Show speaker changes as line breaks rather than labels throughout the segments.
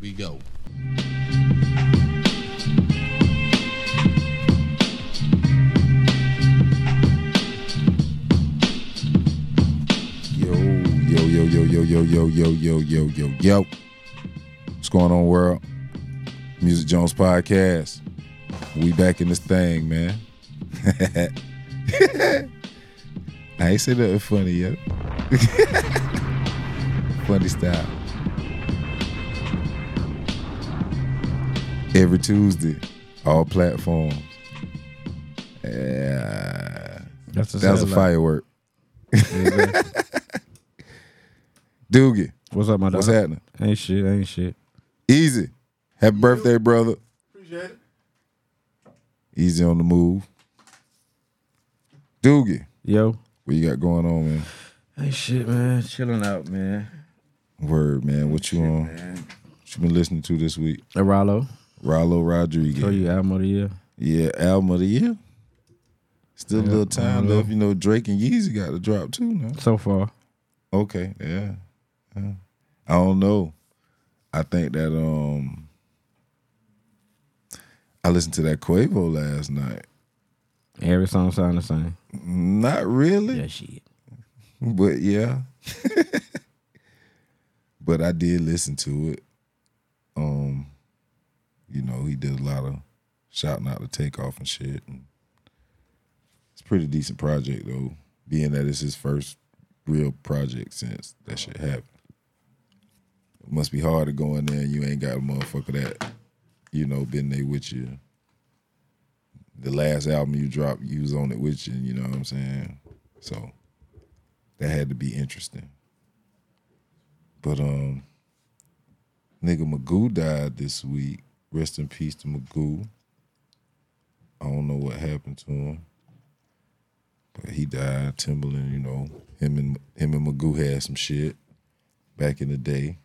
we go.
Yo, yo, yo, yo, yo, yo, yo, yo, yo, yo, yo, yo. What's going on, world? Music Jones Podcast. We back in this thing, man. I ain't say nothing funny, yo. funny style. Every Tuesday, all platforms. Yeah.
That's a
That was a
satellite.
firework. Doogie,
What's up, my dog?
what's happening?
Ain't shit, ain't shit.
Easy. Happy birthday, brother. Easy on the move. Doogie,
Yo,
what you got going on, man?
ain't shit, man. Chilling out, man.
Word, man. What you on? What you been listening to this week?
Hey, Rallo,
Rallo
show
Rodriguez.
you album of the year.
Yeah, album of the year. Still a
Yeah,
little time
Rallo.
left. You know, Drake and Yeezy got to drop too now.
So far,
Okay, yeah. yeah. I don't know. I think that um I listened to that Quavo last night.
every song sound the same.
Not really.
Yeah, shit.
But yeah. but I did listen to it. Um, you know, he did a lot of shouting out the takeoff and shit. And it's a pretty decent project though, being that it's his first real project since that shit happened. It must be hard to go in there and you ain't got a motherfucker that, you know, been there with you. The last album you dropped, you was on it with you, you know what I'm saying? So that had to be interesting. But um, nigga Magoo died this week. Rest in peace to Magoo. I don't know what happened to him, but he died. Timberland, you know, him and him and Magoo had some shit back in the day.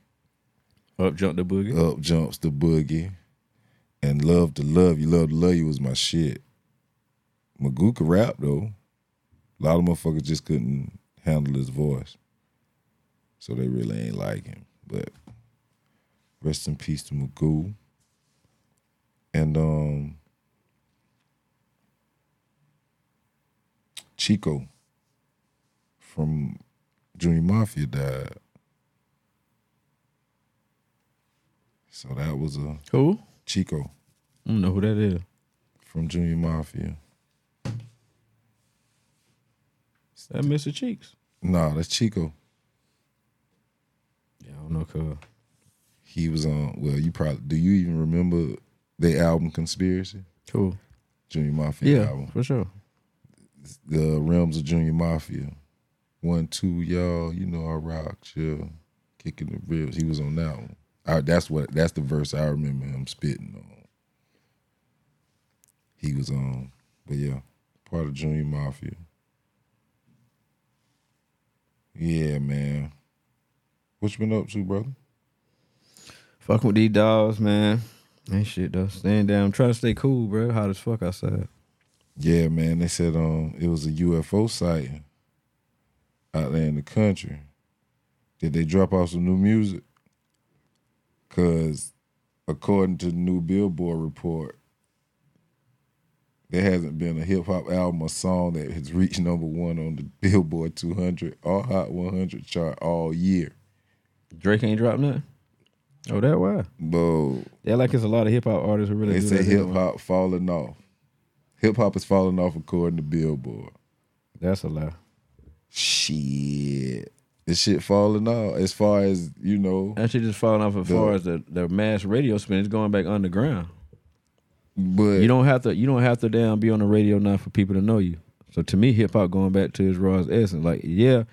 Up jump the boogie.
Up jumps the boogie, and love to love you. Love to love you was my shit. Magoo could rap though. A lot of motherfuckers just couldn't handle his voice, so they really ain't like him. But rest in peace to Magoo. And um, Chico from Junior Mafia died. So that was a
Who?
Chico
I don't know who that is.
from Junior Mafia.
That Mr. Cheeks.
Nah, that's Chico.
Yeah, I don't know, cuz.
He was on. Well, you probably do. You even remember the album Conspiracy?
Cool.
Junior Mafia
Yeah,
album.
for sure.
The Realms of Junior Mafia. One, two, y'all. You know I rock. Yeah, kicking the ribs. He was on that one. I, that's what. That's the verse I remember him spitting on. He was on. But yeah, part of Junior Mafia. Yeah, man. What you been up to, brother?
Fucking with these dogs, man. Ain't shit though. Staying down, trying to stay cool, bro. Hot as fuck outside.
Yeah, man. They said um it was a UFO sighting out there in the country. Did they drop off some new music? Cause according to the new Billboard report, there hasn't been a hip hop album or song that has reached number one on the Billboard 200 or Hot 100 chart all year.
Drake ain't dropped nothing. Oh, that why?
Bro,
Yeah, like it's a lot of hip hop artists who really
they
do
say
that anyway.
hip hop falling off. Hip hop is falling off according to Billboard.
That's a lie.
shit. This shit falling off as far as, you know,
That shit just falling off as far as the, the mass radio spin. It's going back underground.
but
You don't have to. You don't have to damn be on the radio now for people to know you. So to me, hip hop going back to its raw essence. Like yeah,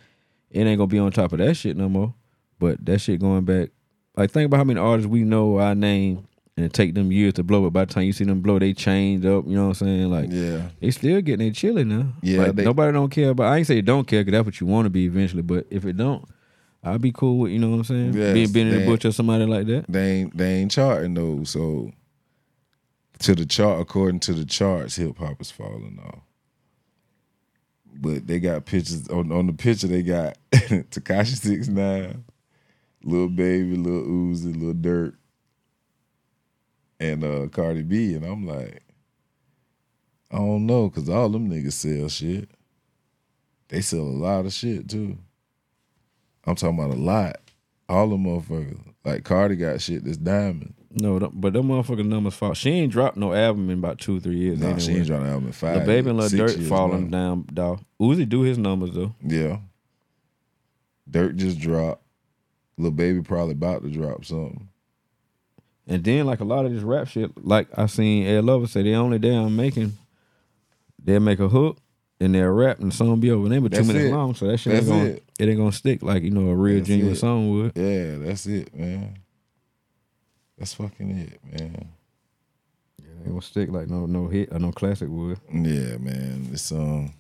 it ain't gonna be on top of that shit no more. But that shit going back. Like think about how many artists we know I name and it take them years to blow. But by the time you see them blow, they changed up. You know what I'm saying? Like
yeah.
they still getting their chilling now.
Yeah,
Like,
they-
nobody don't care. But I ain't say don't care because that's what you want to be eventually. But if it don't, I'd be cool with you know what I'm saying.
Yes,
being being in the
that-
butcher or somebody like that.
They ain't they ain't charting those, so to the chart according to the charts, hip hop is falling off. But they got pictures on on the picture they got Takashi Six Nine, Lil Baby, Lil Uzi, Lil Dirt, and uh, Cardi B, and I'm like, I don't know, cause all them niggas sell shit. They sell a lot of shit too. I'm talking about a lot. All them motherfuckers. Like Cardi got shit that's diamond.
No, th- but them motherfucking numbers fall. She ain't dropped no album in about two, three years.
Nah,
anyway.
she ain't dropped an album in five.
The baby and
six
little dirt
years
falling
now.
down, dog. Uzi do his numbers though.
Yeah. Dirt just dropped. Lil baby probably about to drop something.
And then like a lot of this rap shit, like I seen Ed Lover say they only damn making they'll make a hook and they'll rap and the song be over. And they were two
That's
minutes
it.
long, so that shit
That's
ain't gonna
it.
it. ain't gonna stick like, you know, a real
That's
genuine
it.
song would.
Yeah, that's it, man. That's fucking it, man.
It ain't gonna stick like no no hit or no classic would.
Yeah, man. It's um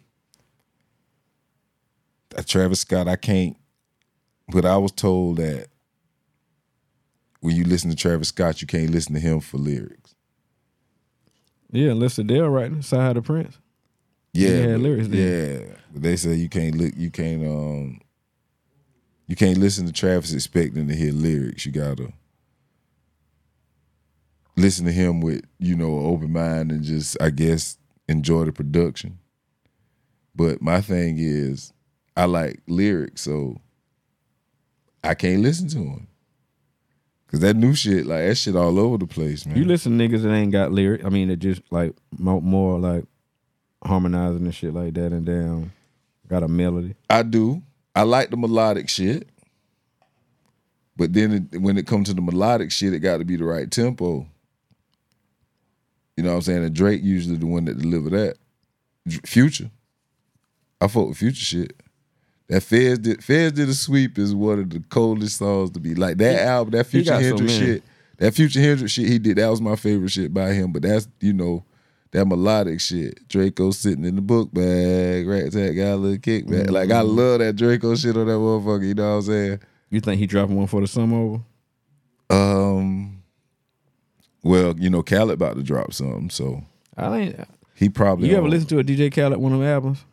uh, Travis Scott, I can't but I was told that when you listen to Travis Scott, you can't listen to him for lyrics.
Yeah, unless Adele writing Side of the Prince.
Yeah.
had
but-
lyrics
Yeah. But they say you can't look you can't um you can't listen to Travis expecting to hear lyrics. You gotta listen to him with, you know, an open mind and just I guess enjoy the production. But my thing is I like lyrics, so I can't listen to him. Cause that new shit, like that shit all over the place, man.
You listen to niggas that ain't got lyric. I mean, that just like mo- more like harmonizing and shit like that, and damn, got a melody.
I do. I like the melodic shit. But then it, when it comes to the melodic shit, it got to be the right tempo. You know what I'm saying? And Drake usually the one that deliver that. Dr- Future. I fuck with future shit. That Feds did Feds did a sweep is one of the coldest songs to be like that album, that
he
Future
got so
Hendrix
many.
shit. That Future Hendrix shit he did, that was my favorite shit by him. But that's, you know, that melodic shit. Draco sitting in the book bag, rat tat got a little kickback. Like I
Mm-hmm.
love that Draco shit on that motherfucker, you know what I'm saying?
You think he dropping one for the sum over?
Um Well, you know, Khaled about to drop something, so
I ain't.
he probably
You ever
on-
listen to a DJ Khaled one of them albums?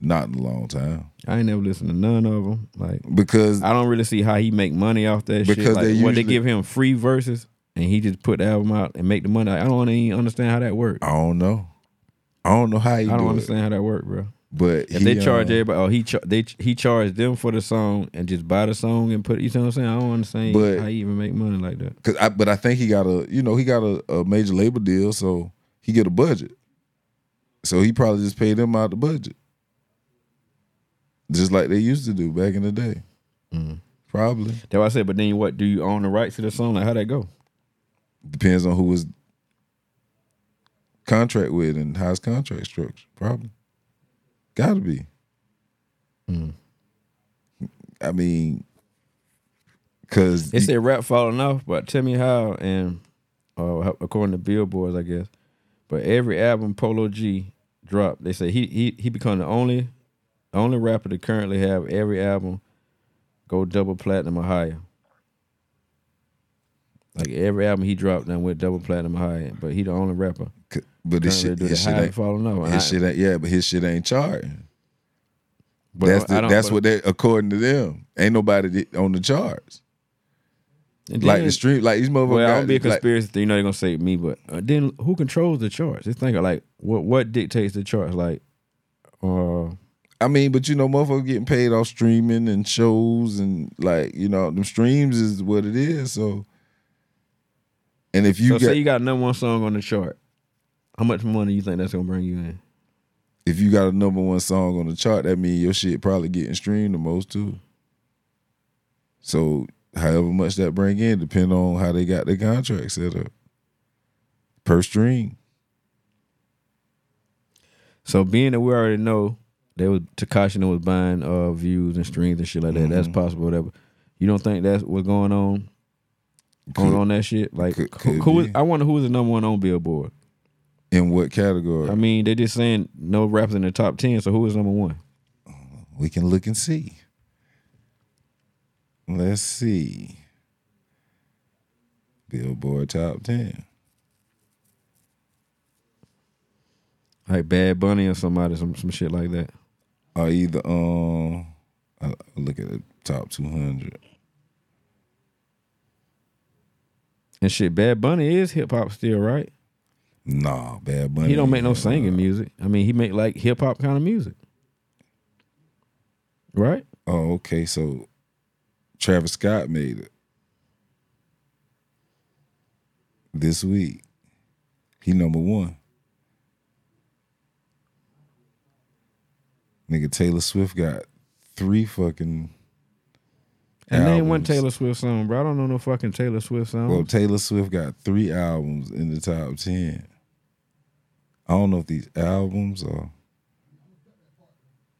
not in a long time.
I ain't never listened to none of them. Like
Because
I don't really see how he make money off that shit.
Because
Like,
they
what they
usually-
give him free verses and he just put the album out and make the money. I don't even understand how that works.
I don't know. I don't know how he do
I don't
it,
understand how that works, bro.
But
If
he,
they charge
um,
everybody, oh he char- they he charged them for the song and just buy the song and put. You know what I'm saying? I don't understand
But-
how you even make money like that.
Cause I, but I think he got a, you know, he got a, a major label deal, so he get a budget. So he probably just paid them out the budget, just like they used to do back in the day.
Mm-hmm.
Probably
That's why I said. But then what? Do you own the rights to the song? Like how that go?
depends on who was contract with and how his contract structure. Probably, got to be.
Hmm.
I mean, cause
They said rap falling off, but tell me how. And uh, according to billboards, I guess. But every album Polo G dropped, they say he he he become the only only rapper to currently have every album go double platinum or higher. Like every album he dropped then went double platinum or higher, but he the only rapper.
c- but his
currently
shit,
do the
his shit
high
ain't,
falling off. And I-
his shit ain't, yeah, but his shit ain't charging.
but
that's
I
the,
don't-
that's
but-
what they according to them. Ain't nobody di- on the charts.
and
Like
then-
the stream, like these motherfuckers.
Well, I
got-
don't be a
like-
conspiracy theory. You know they're gonna say me, but uh, then who controls the charts? Just think of like what what dictates the charts. Like, uh,
I mean, but you know, motherfuckers getting paid off streaming and shows and like you know, them streams is what it is. So, and if you
so
got
say you got number one song on the chart, how much money you think that's gonna bring you in?
if you got a number one song on the chart, that means your shit probably getting streamed the most too. So, however much that bring in, depend on how they got their contract set up per stream.
So being that we already know they was Takashi was buying uh views and streams and shit like that, that's
Mm-hmm.
possible. Whatever. You don't think that's what's going on going on that shit? Like,
could-
who-
could
who is,
be.
I wonder who was the number one on Billboard.
In what category?
I mean, they just saying no rappers in the top ten. So who is number one?
We can look and see. Let's see. Billboard top 10.
Like Bad Bunny or somebody, some some shit like that.
Or either um I look at the top 200.
And shit, Bad Bunny is hip hop still, right?
Nah, Bad Bunny.
He don't make no
uh,
singing music. I mean, he make like hip hop kind of music, right?
Oh, okay. So Travis Scott made it this week. He number one. Nigga, Taylor Swift got three fucking.
And they ain't one
albums.
Taylor Swift song, bro. I don't know no fucking Taylor Swift song.
Well, Taylor Swift got three albums in the top ten. I don't know if these albums are.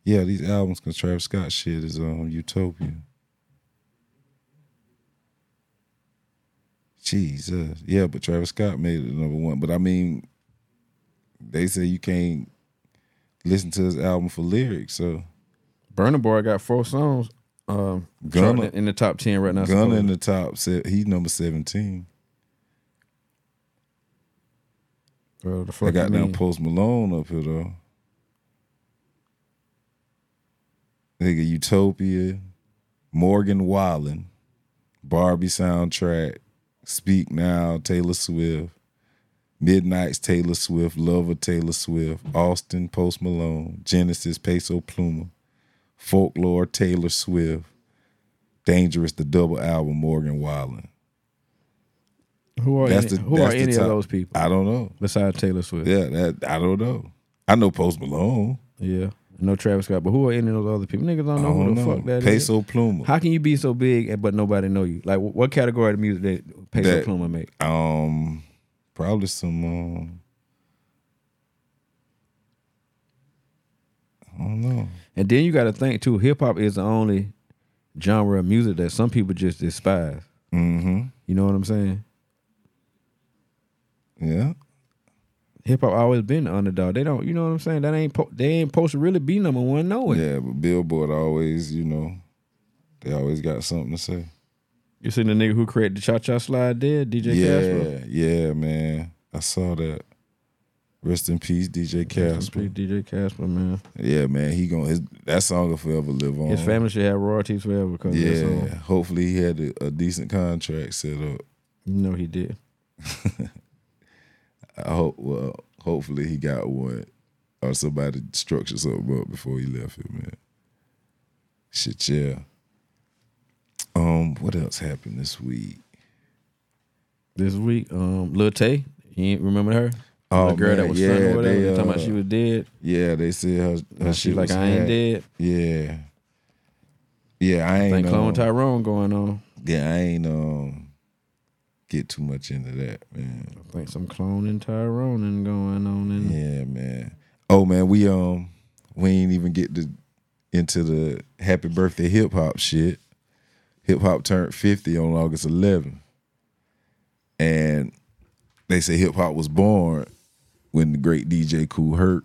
Yeah, these albums, cause Travis Scott shit is on Utopia. Jesus, yeah, but Travis Scott made it number one. But I mean, they say you can't listen to his album for lyrics, so
Burna Boy got four songs. Um,
Gunna-
charting in the top ten right now.
Gunna
supposedly.
in the top, se- he number seventeen.
Bro, the
I
fuck
got
you
down
mean?
Post Malone up here though. Nigga, Utopia, Morgan Wallen, Barbie soundtrack, Speak Now, Taylor Swift, Midnight's Taylor Swift, Love of Taylor Swift, Austin Post Malone, Genesis Peso Pluma, Folklore Taylor Swift, Dangerous the double album Morgan Wallen.
Who are
That's
any,
the-
who
that's
are
the
any of
top.
those people
I don't know.
besides Taylor Swift?
Yeah, that I don't know. I know Post Malone.
Yeah. No Travis Scott, but who are any of those other people? Niggas don't know
I
who
don't
the
know.
fuck that is.
Peso Pluma.
How can you be so big and but nobody know you? Like, wh- what category of music did Peso
That-
Pluma make?
Um, probably some. Um, I don't know.
And then you got to think too. Hip hop is the only genre of music that some people just despise.
Mm-hmm.
You know what I'm saying?
Yeah.
Hip hop always been the underdog. They don't. You know what I'm saying? That ain't. Po- they ain't supposed to really be number one. No way.
Yeah, but Billboard always, you know, they always got something to say.
You seen the nigga who created the Cha Cha Slide dead, DJ
yeah,
Castro.
yeah, man. I saw that. Rest in peace, DJ Casper.
DJ Casper, man.
Yeah, man. He gonna his that song will forever live on.
His family should have royalties forever because yeah.
Uh-huh. Yeah. Hopefully, he had a, a decent contract set up.
You know he did.
I hope. Well, hopefully he got one, or somebody structured something up before he left him. Man, shit, yeah. Um, what else happened this week?
This week, um, Lil Tay. You ain't remember her?
Oh,
the girl that
man,
was
yeah,
stunning or whatever.
they,
They, talking about
uh,
she was dead.
Yeah, they said her, her
Now
shit
She's like,
was
I ain't
hacked.
dead.
Yeah, yeah, I ain't.
Think Clone
um,
Tyrone going on.
yeah, I ain't. Um, get too much into that, man.
I think some cloning Tyrone and going on in
Yeah, man. Oh man, we um we ain't even get to into the happy birthday hip hop shit. Hip hop turned 50 on August 11th. And they say hip hop was born when the great DJ Cool Herc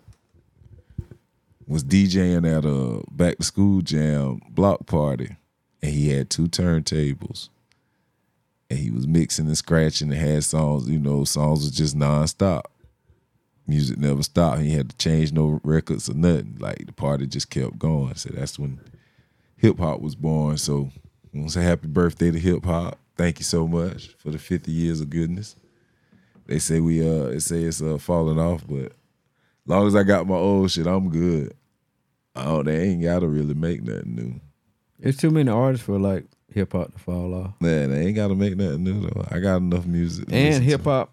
was DJing at a back to school jam block party and he had two turntables. And he was mixing and scratching and had songs, you know, songs was just nonstop music never stopped. He had to change no records or nothing. Like the party just kept going. So that's when hip hop was born. So I want to say happy birthday to hip hop. Thank you so much for the 50 years of goodness. They say we uh they say it's uh falling off, but long as I got my old shit, I'm good. I don't they ain't gotta really make nothing new.
It's too many artists for like hip hop to fall off.
Man, they ain't gotta make nothing new though. I got enough music. to listen
And
to.
hip hop,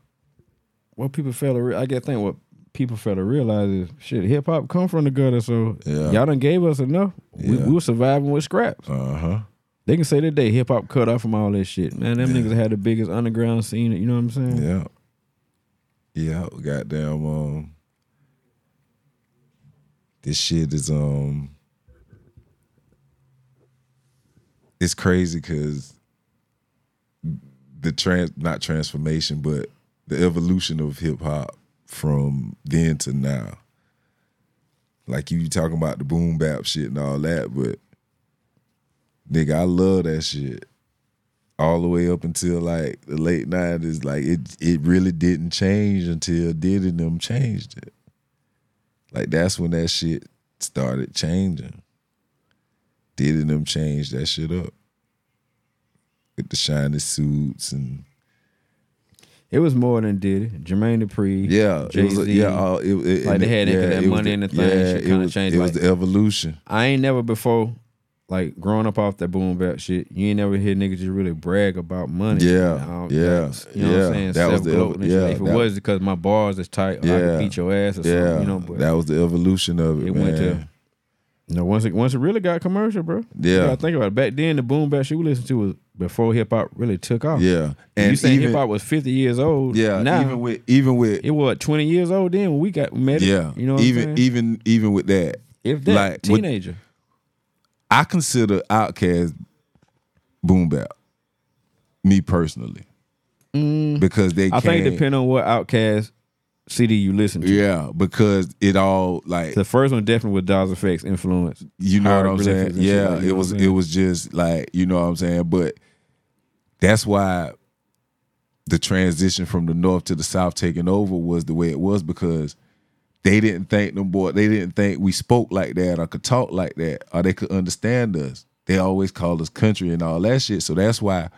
what people fail to re- I get think what people fail to realize is shit. Hip hop come from the gutter, so
Yeah.
y'all done gave us enough. We,
Yeah.
we were surviving with scraps.
Uh-huh.
They can say today hip hop cut off from all that shit. Man, them niggas had the biggest underground scene. You know what I'm saying?
Yeah. Yeah, goddamn um this shit is um it's crazy cuz the trans not transformation but the evolution of hip hop from then to now. Like you talking about the boom bap shit and all that, but nigga, I love that shit all the way up until like the late nineties, like it it really didn't change until Diddy and them changed it. Like that's when that shit started changing. Diddy and them changed that shit up with the shiny suits and
It was more than Diddy, Jermaine Dupri.
Yeah, it was,
Jay-Z.
yeah. all- it, it,
Like,
and
they had
it-
that- that
it was
money in the thing, shit
it
kinda
was-
changed,
It was
like-
the evolution.
I ain't never before, like growing up off that boom bap shit. You ain't never hear niggas just really brag about money.
Yeah,
I don't-
yeah,
that's- you know
yeah.
what I'm saying.
That was the-
Self-gloating and shit.
yeah,
If it
that-
was because my bars is tight, I
Yeah.
could beat your ass or
Yeah,
something. You know, but
that was the evolution of it.
it
man.
went to. No, once it once it really got commercial, bro.
Yeah.
I think about it. Back then, the boom bap shit we listened to was before hip hop really took off.
yeah,
you
and
saying hip
even
hop was fifty years old?
yeah,
now
even with even with
it was twenty years old then when we got met. it.
yeah,
you know, what
even
I'm saying?
even even with that,
if that
like, with-
teenager,
I consider Outkast boom bap. Me personally, because they
Mm. I think it
came-
depend on what Outcast CD you listen to.
Yeah, because it all like
The first one definitely was Dawes Effects influence.
you know
how
what
it
I'm
really
saying.
feels and shit
Yeah,
like, you
it
know
was
what I'm saying?
it was just like you know what I'm saying. But that's why the transition from the north to the south taking over was the way it was because they didn't think them boy they didn't think we spoke like that or could talk like that or they could understand us. They always called us country and all that shit. So that's why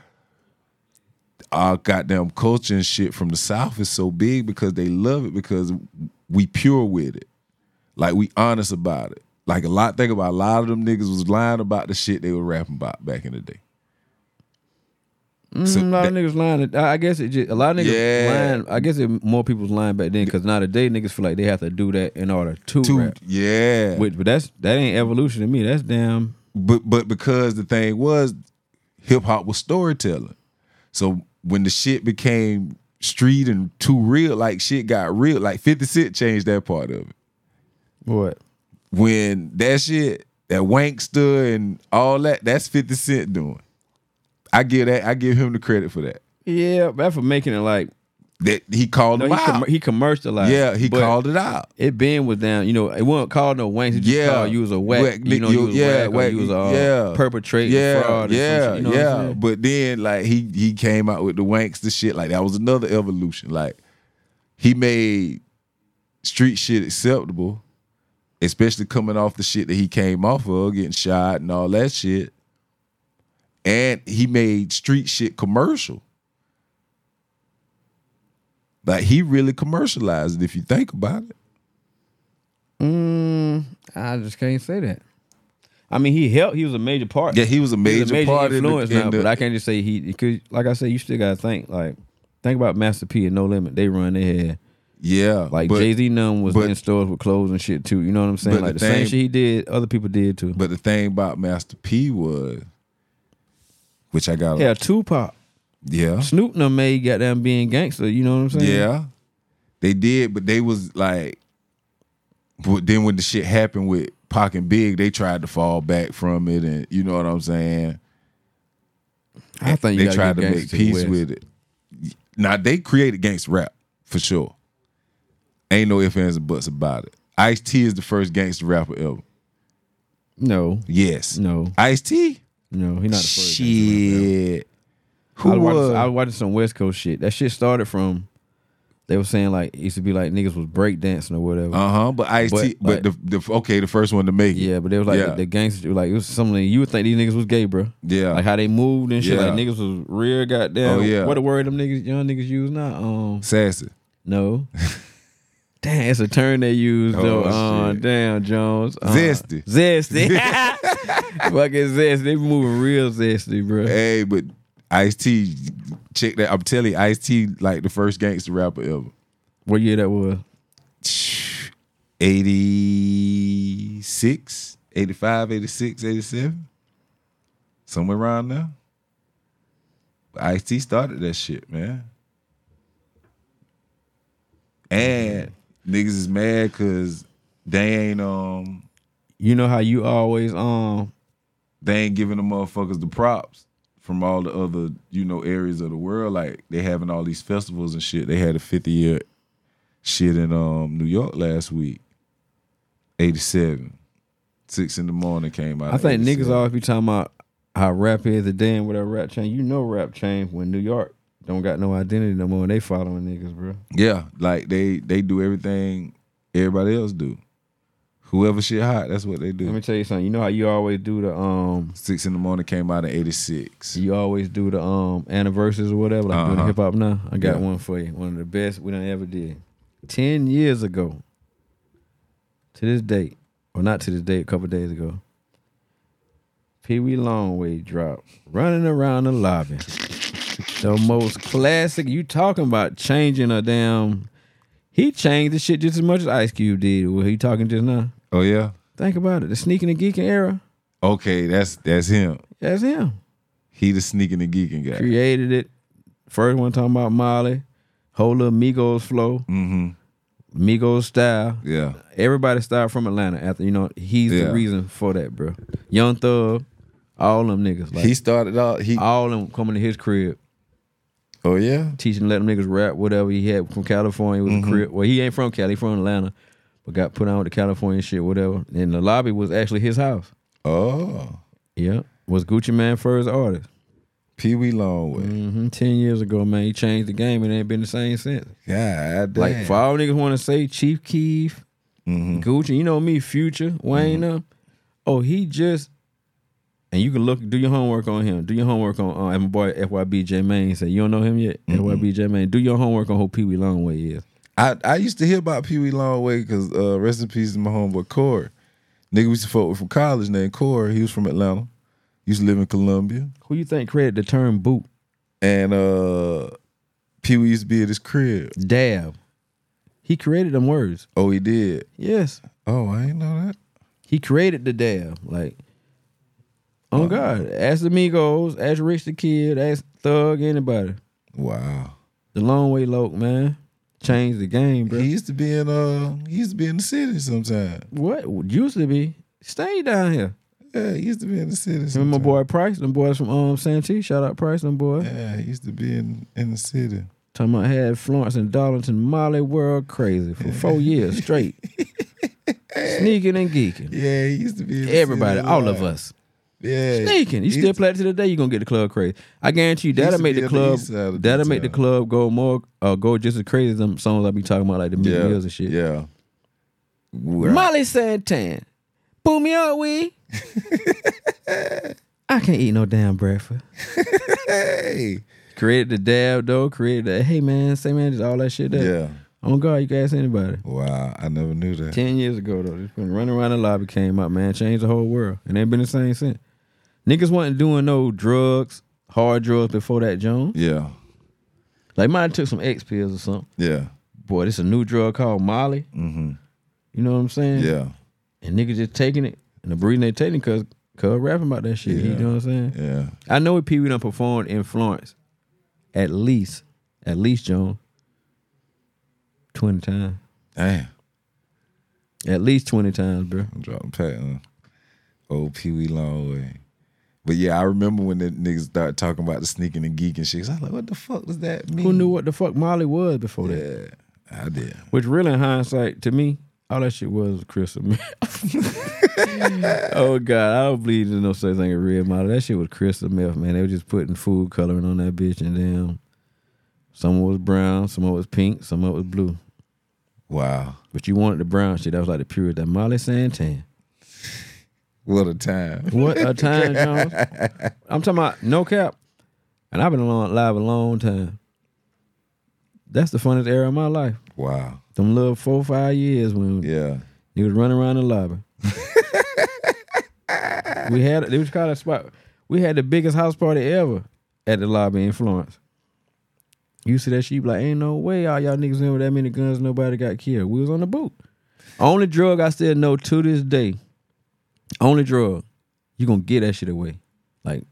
our goddamn culture and shit from the South is so big because they love it because we pure with it. Like we honest about it. Like a lot think about a lot of them niggas was lying about the shit they were rapping about back in the day. So
Mm, a lot
that-
of niggas lying. I I guess it just a lot of niggas
Yeah.
lying. I guess it, more people's lying back then because nowadays niggas feel like they have to do that in order to
Two-
rap.
yeah.
Which, but that's that ain't evolution to me. That's damn.
but but because the thing was hip hop was storytelling. So when the shit became street and too real, like shit got real, like 50 Cent changed that part of it.
What?
When that shit, that wankster and all that, that's 50 Cent doing. I give that, I give him the credit for that.
Yeah, but for making it like
That he called
no,
him
he,
out.
com- he commercialized.
yeah, he
but
called it out.
It Ben was down, you know. It wasn't called no wanks. It just
Yeah.
called Uh, you was a whack.
Whack,
you know,
you-
you, was
yeah,
whack.
whack,
or you was all
yeah.
perpetrating
yeah,
fraud. or some
yeah,
shit, you know what I'm
yeah.
saying?
but then like he he came out with the wankster shit. Like that was another evolution. Like he made street shit acceptable, especially coming off the shit that he came off of, getting shot and all that shit. And he made street shit commercial. Like he really commercialized it if you think about it.
Mm, I just can't say that. I mean, he helped. He was a major part.
Yeah, he was a major,
he was a major
part
influence
in the, in
now.
the-
but I can't just say he because, like I said, you still gotta think. Like, think about Master P and No Limit. They run their head.
yeah,
Like
but-
Jay Z, none was
but-
in stores with clothes and shit too. You know what I'm saying?
But
Like the,
the
same
thing-
shit he did, other people did too.
But the thing about Master P was, which I got,
yeah, Tupac,
yeah,
Snoop, done made goddamn being gangster. You know what I'm saying?
yeah, they did, but they was like, but then when the shit happened with Pac and Big, they tried to fall back from it, and you know what I'm saying.
I think
they
you gotta
tried
give
to make
gangster
peace
West.
with it. Now they created gangster rap for sure. Ain't no ifs ands and buts about it. Ice T is the first gangster rapper ever.
No,
Yes,
no,
Ice T.
no. He not the first. gangster rapper ever.
Shit,
I
who uh,
was,
was?
watching, I was watching some West Coast shit. That shit started from they were saying like it used to be like niggas was breakdancing or whatever.
Uh huh. But Ice T,
But,
but the, the okay, the first one to make. it.
yeah, but they was like
Yeah.
the, the gangster like it was something you would think these niggas was gay, bro.
yeah,
Like how they moved and shit.
Yeah.
Like niggas was real goddamn.
Oh, yeah.
What a word them niggas young niggas use now. Um
sassy.
no. Damn, it's a term they use though.
Oh,
Uh,
shit.
damn, Jones. Uh,
Zesty.
Zesty. Fucking zesty. They be moving real zesty, bro.
Hey, but Ice T, check that. I'm telling you, Ice T like the first gangster rapper ever.
What year that was?
86, 85, 86, 87. Somewhere around there. Ice T started that shit, man. And niggas is mad because they ain't um
You know how you always um
they ain't giving the motherfuckers the props from all the other you know areas of the world. Like they having all these festivals and shit. They had a 50 year shit in um New York last week. 87. Six in the morning came out.
I
of
think
87.
niggas always be talking about how rap is today and whatever rap change. You know rap change when New York don't got no identity no more and they following niggas, bro.
Yeah, like they they do everything everybody else do. Whoever shit hot, that's what they
Let me
do.
tell you something. You know how you always do the um
Six in the morning came out in '86.
you always do the um anniversaries or whatever, like doing
Uh-huh.
hip hop now. I got
Yeah.
one for you. One of the best we done ever did. Ten years ago. To this date. Or not to this date, a couple days ago. Pee Wee Longway dropped running around the lobby. the most classic you talking about changing a damn he changed the shit just as much as Ice Cube did. What he talking just now?
Oh yeah.
Think about it. The sneaking and geeking era.
Okay, that's that's him.
That's him.
He the sneaking and geeking guy.
Created it. First one talking about Molly. Whole little Migos flow.
Mm-hmm.
Migos style.
Yeah.
Everybody style from Atlanta. After you know, he's
Yeah.
the reason for that, bro. Young Thug, all them niggas. Like
he started out. He.
all them coming to his crib,
oh yeah.
teaching, letting them niggas rap, whatever he had from California with
Mm-hmm.
a crib. Well, he ain't from Cali, he from Atlanta, but got put on with the California shit, whatever. And the lobby was actually his house.
Oh.
Yeah, was Gucci Man first artist.
Pee Wee Longway.
hmm Ten years ago, man, he changed the game and it ain't been the same since.
God damn.
Like for all niggas want to say Chief Keef,
Mhm.
Gucci, you know me, Future, Wayne, them. Oh, he just and you can look, do your homework on him. Do your homework on uh, and my boy FYBJ Main. Say you don't know him yet. FYBJ Main. Do your homework on who Pee Wee Longway is.
I, I used to hear about Pee Wee Longway because uh, rest in peace to my homeboy Corey. Nigga we used to fuck with from college named Corey. He was from Atlanta. Used to live in Columbia.
Who you think created the term boot
And uh, Pee Wee used to be at his crib.
dab? He created them words.
Oh, he did.
Yes,
Oh, I ain't know that.
he created the dab. Like, oh God, ask the Migos, ask Rich the Kid, ask Thug, anybody.
Wow.
The long way, Loke, man, changed the game, bro.
He used to be in uh he used to be in the city sometime.
What used to be stay down here.
Yeah, he used to be in the city.
Him and my
sometime.
boy Price, them boys from um Santee. Shout out Price, them boy.
Yeah, he used to be in, in the city.
Talking about had Florence and Darlington Molly World crazy for four years straight. Sneaking and geeking.
Yeah, he used to be in the city
Everybody,
a
all of
lot.
us.
Yeah.
Sneaking. You
He
still play it to the day, you're gonna get the club crazy. I guarantee you
used
that'll
to
make
be
the
on the
club
east side of
that'll make the
Midtown.
club go more uh, go just as crazy as them songs I be talking about like the
yeah,
Meek Mills and shit.
Yeah. Wow.
Molly Santan. Pull me up, we. I can't eat no damn breakfast.
Hey.
Created the dab though, created the hey man, say man, just all that shit there.
Yeah.
On God, you can ask anybody.
Wow. I never knew that.
Ten years ago though, this been running around the lobby came out, man, changed the whole world. And ain't been the same since. Niggas wasn't doing no drugs, hard drugs before that Jones.
Yeah.
Like mine took some X pills or something.
Yeah.
Boy, this a new drug called Molly.
Mm-hmm.
You know what I'm saying?
Yeah.
And niggas just taking it. And the reason they taking it cause cuz rapping about that shit. You
Yeah.
know what I'm saying?
Yeah.
I know Pee Wee done performed in Florence at least, at least, Joan, 20 times.
Damn.
At least 20 times, bro.
I'm dropping pat on old Pee Wee Longway. But yeah, I remember when the niggas started talking about the sneaking and geeking shit. 'cause I was like, what the fuck does that mean?
Who knew what the fuck Molly was before that?
Yeah. I did.
Which really, in hindsight, to me, all that shit was crystal meth. oh God, I don't believe there's no such thing as real Molly. That shit was crystal meth, man. They were just putting food coloring on that bitch, and then some was brown, some was pink, some was blue.
Wow.
But you wanted the brown shit. That was like the purest. That Molly Santan.
What a time.
What a time, Jones. I'm talking about no cap. And I've been along, live a long time. That's the funnest era of my life.
Wow.
Them little four, five years when
Yeah.
you was running around the lobby. we had it was called a spot. We had the biggest house party ever at the lobby in Florence. You see that shit, you be like, ain't no way all y'all niggas in with that many guns, nobody got killed. We was on the boot. Only drug I still know to this day. Only drug. You gonna get that shit away. Like,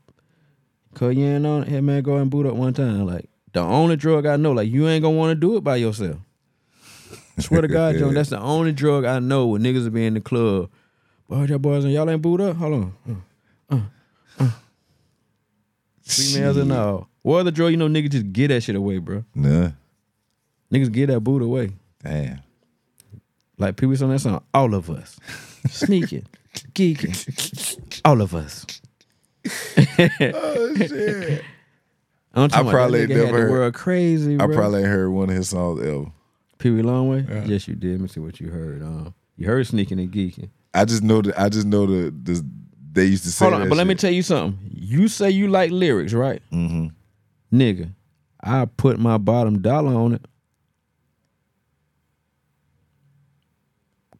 cause you ain't on it, hey man, go and boot up one time. Like, the only drug I know, like you ain't gonna wanna do it by yourself. Swear to God, John, that's the only drug I know when niggas will be in the club. Boy, y'all boys and y'all ain't booed up? Hold on. Uh, Females and all. What other drug you know niggas just get that shit away, bro?
Nah.
Niggas get that boot away.
Damn.
Like people on that song, all of us. Sneaking, geeking, all of us.
Oh shit.
I'm talking
I
about
probably
that nigga had
never-
the world crazy,
I
bro.
probably ain't heard one of his songs ever.
Pee Wee Longway?
Yeah.
Yes, you did. Let me see what you heard. Um, You heard sneaking and geeking.
I just know that I just know the, the they used to say.
Hold on, but let me tell you something. You say you like lyrics, right?
hmm
Nigga, I put my bottom dollar on it.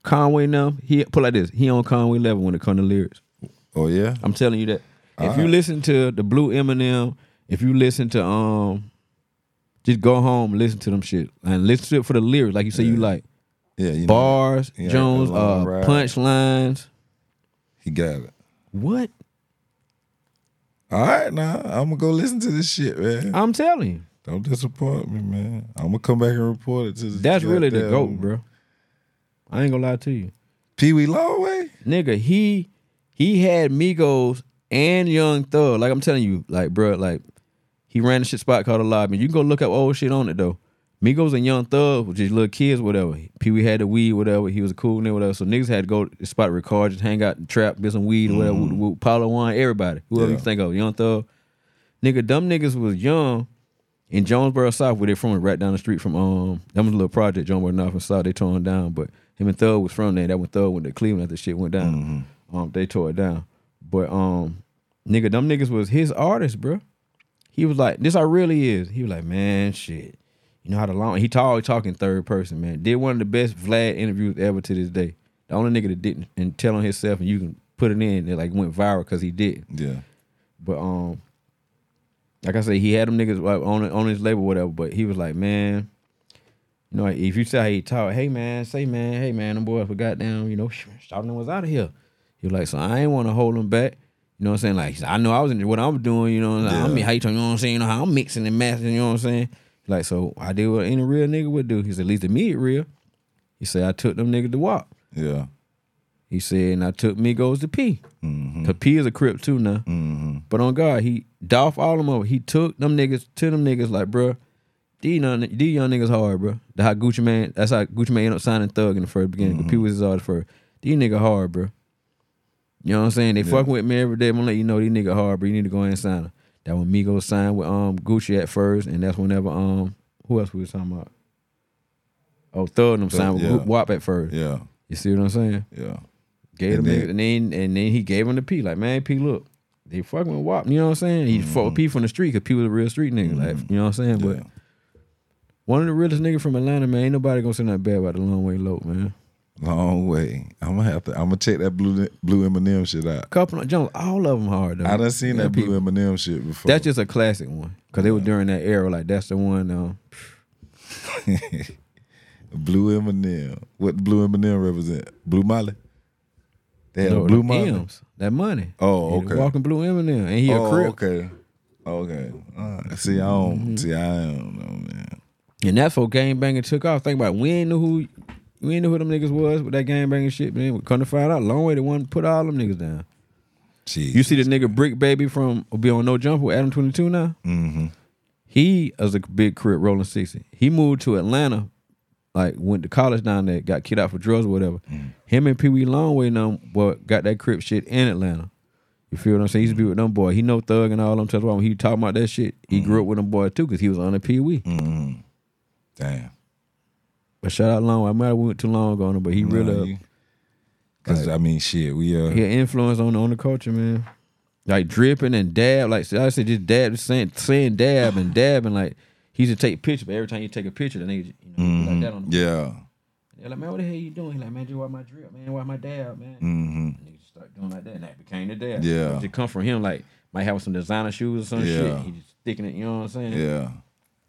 Conway now, he put like this. He on Conway level when it comes to lyrics.
Oh yeah.
I'm telling you that. if you
Alright.
listen to the Blue Eminem, if you listen to um, just go home listen to them shit and listen to it for the lyrics, like you say you like
Yeah. You know,
bars,
Yeah,
Jones,
the long
uh,
ride.
punchlines.
he got it.
What
All right, now I'm gonna go listen to this shit, man.
I'm telling you,
Don't disappoint me, man. I'm gonna come back and report it to the.
that's really the
goddamn-
goat, bro. I ain't gonna lie to you,
Pee Wee Longway.
nigga. He he had Migos and Young Thug. Like I'm telling you, like bro, like he ran a shit spot called Alive. And you can go look up old shit on it though. Migos and Young Thug, which is little kids, whatever. Pee Wee had the weed, whatever. He was a cool nigga, whatever. So niggas had to go to the spot, record, just hang out, and trap, get some weed, or whatever. With, with Paulo One, everybody, whoever
Yeah.
you think of, Young Thug. Nigga, dumb niggas was young in Jonesboro South, where they from, right down the street from um, that was a little project Jonesboro North and South. They tore it down, but him and Thug was from there. That when Thug went to Cleveland, after shit went down, um, they tore it down. But um, nigga, them niggas was his artists, bro he was like, "This I really is." He was like, "Man, shit, you know how the long he talk talking third person, man. Did one of the best Vlad interviews ever to this day. The only nigga that didn't and tell on himself, and you can put it in, it like went viral because he did.
Yeah.
But um, like I said, he had them niggas like, on on his label, whatever. But he was like, man, you know, if you say how he talk, hey man, say man, hey man, them boys were goddamn, you know, shouting them was out of here. He was like, so I ain't want to hold them back. You know what I'm saying? Like, I know I was in what I'm doing. You know, like, I'm
Yeah.
how you talking, you know what I'm saying? You know how I'm mixing and matching. You know what I'm saying? Like, so I did what any real nigga would do. He said, at least to me it real. He said, I took them niggas to walk.
Yeah.
He said, and I took Migos to P.
Mm-hmm.
Cause P is a crip too now.
Mm-hmm.
But on God, he Dolph all them over. He took them niggas to them niggas like, bruh, these young, these young niggas hard, bruh. That's how Gucci Man, that's how Gucci Man ended up signing Thug in the first beginning.
Mm-hmm.
Because P was his artist first. These nigga hard, bruh. You know what I'm saying? They fucking with me every day. I'm gonna let you know these nigga hard, bro. You need to go in and sign them. That when Migos signed with um Gucci at first, and that's whenever um who else we was talking about? Oh, Thug and them signed with
yeah.
WAP at first.
Yeah.
You see what I'm saying?
Yeah.
Gave
And
him
then-
and then and then he gave him the P. Like, man, P, look, they fucking with WAP. You know what I'm saying? He fought with P from the street because P was a real street nigga. Like, you know what I'm saying?
Mm-hmm. Yeah.
But one of the realest niggas from Atlanta, man, ain't nobody gonna say nothing bad about the long way low, man.
Long way. I'm gonna have to. I'm gonna check that blue blue Eminem shit out.
Couple of Jones, all of them hard though.
I done seen
Yeah,
that blue
people-
Eminem shit before.
That's just a classic one. Cause they were during that era. Like that's the one um,
blue Eminem. What blue Eminem represent? Blue Molly. They had
no,
a blue
the
Molly.
M's, that money.
Oh,
He the
okay.
Walking blue Eminem. And he a
oh,
crip. Mm-hmm.
okay. Oh, Okay. All right. See, I don't. See, I don't know, man.
And that's what gang banging took off. Think about it. we ain't knew who we ain't knew who them niggas was with that gang banging shit, man. We come to find out, long way the one put all them niggas down.
Jeez.
You see the nigga Brick Baby from be on No Jump with Adam Twenty Two now.
Mm-hmm.
He was a big crib rolling sixty. He moved to Atlanta, like went to college down there, got kicked out for drugs or whatever. Him and Pee Wee Longway and them well, got that crib shit in Atlanta. You feel what I'm saying? He used to be with them boy. He know Thug and all them. That's why when he talking about that shit, he grew up with them boy too, cause he was on the Pee Wee.
Mm-hmm. Damn.
But shout out Long. I might have went too long on him, but he really
Nah, you- Cause I mean, shit. We uh.
he an influence on on the culture, man. Like dripping and dab, like I said, just dab, just saying, saying dab and dab, and like he used to take pictures. But every time you take a picture, the nigga, you know,
mm-hmm.
like that on. The,
Yeah.
They're like, man, what the hell you doing? He like, man, just why my drip, man, why my dab, man.
Mm-hmm.
Niggas just start doing like that, and that became the dab.
Yeah.
it just come from him. Like might have some designer shoes or some shit.
Yeah.
He just sticking it. You know what I'm saying?
Mm-hmm. Yeah.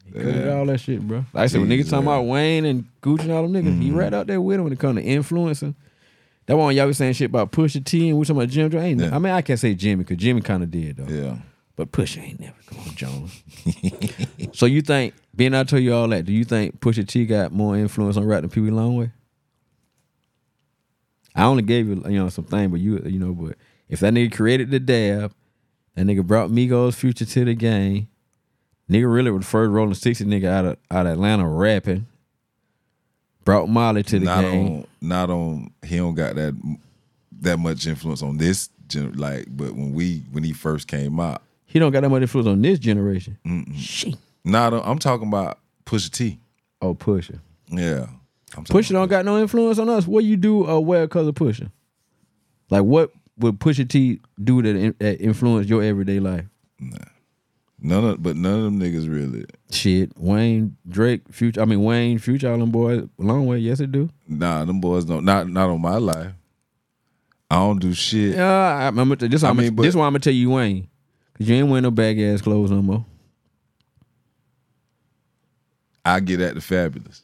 He could all that shit, bro. Like I said, when
Jeez,
niggas talking
yeah. Mm-hmm.
about Wayne and Gucci and all them niggas, he right out there with him when it come to influencing. That one y'all was saying shit about Pusha T and we talking about Jim Jones. Ain't
Yeah.
I mean, I can't say Jimmy because Jimmy kind of did though.
Yeah.
But Pusha ain't never come on Jones. so you think being I told you all that? Do you think Pusha T got more influence on rap than Pee Wee Longway? I only gave you you know some thing, but you you know, but if that nigga created the dab, that nigga brought Migos Future to the game. Nigga really was the first Rolling Sixty nigga out of out of Atlanta rapping. Brought Molly to the
not
game.
on not on he don't got that that much influence on this gen, like but when we when he first came out
He don't got that much influence on this generation.
Mm-mm.
She.
not on, I'm talking about Pusha T
Oh, Pusha.
yeah I'm talking
Pusha don't got no influence on us. What you do or where because of Pusha? Like what would Pusha T do that, in- that influence your everyday life?
None of, but none of them niggas really.
Shit, Wayne, Drake, Future. I mean Wayne, Future, all them boys. Long way, yes it do.
Nah, them boys don't. Not not on my life. I don't do shit.
Yeah, I, I'm gonna, this.
I
I'm
mean,
gonna,
but-
this why I'm gonna tell you you ain't, cause you ain't wearing no bag ass clothes no more.
I get at the fabulous.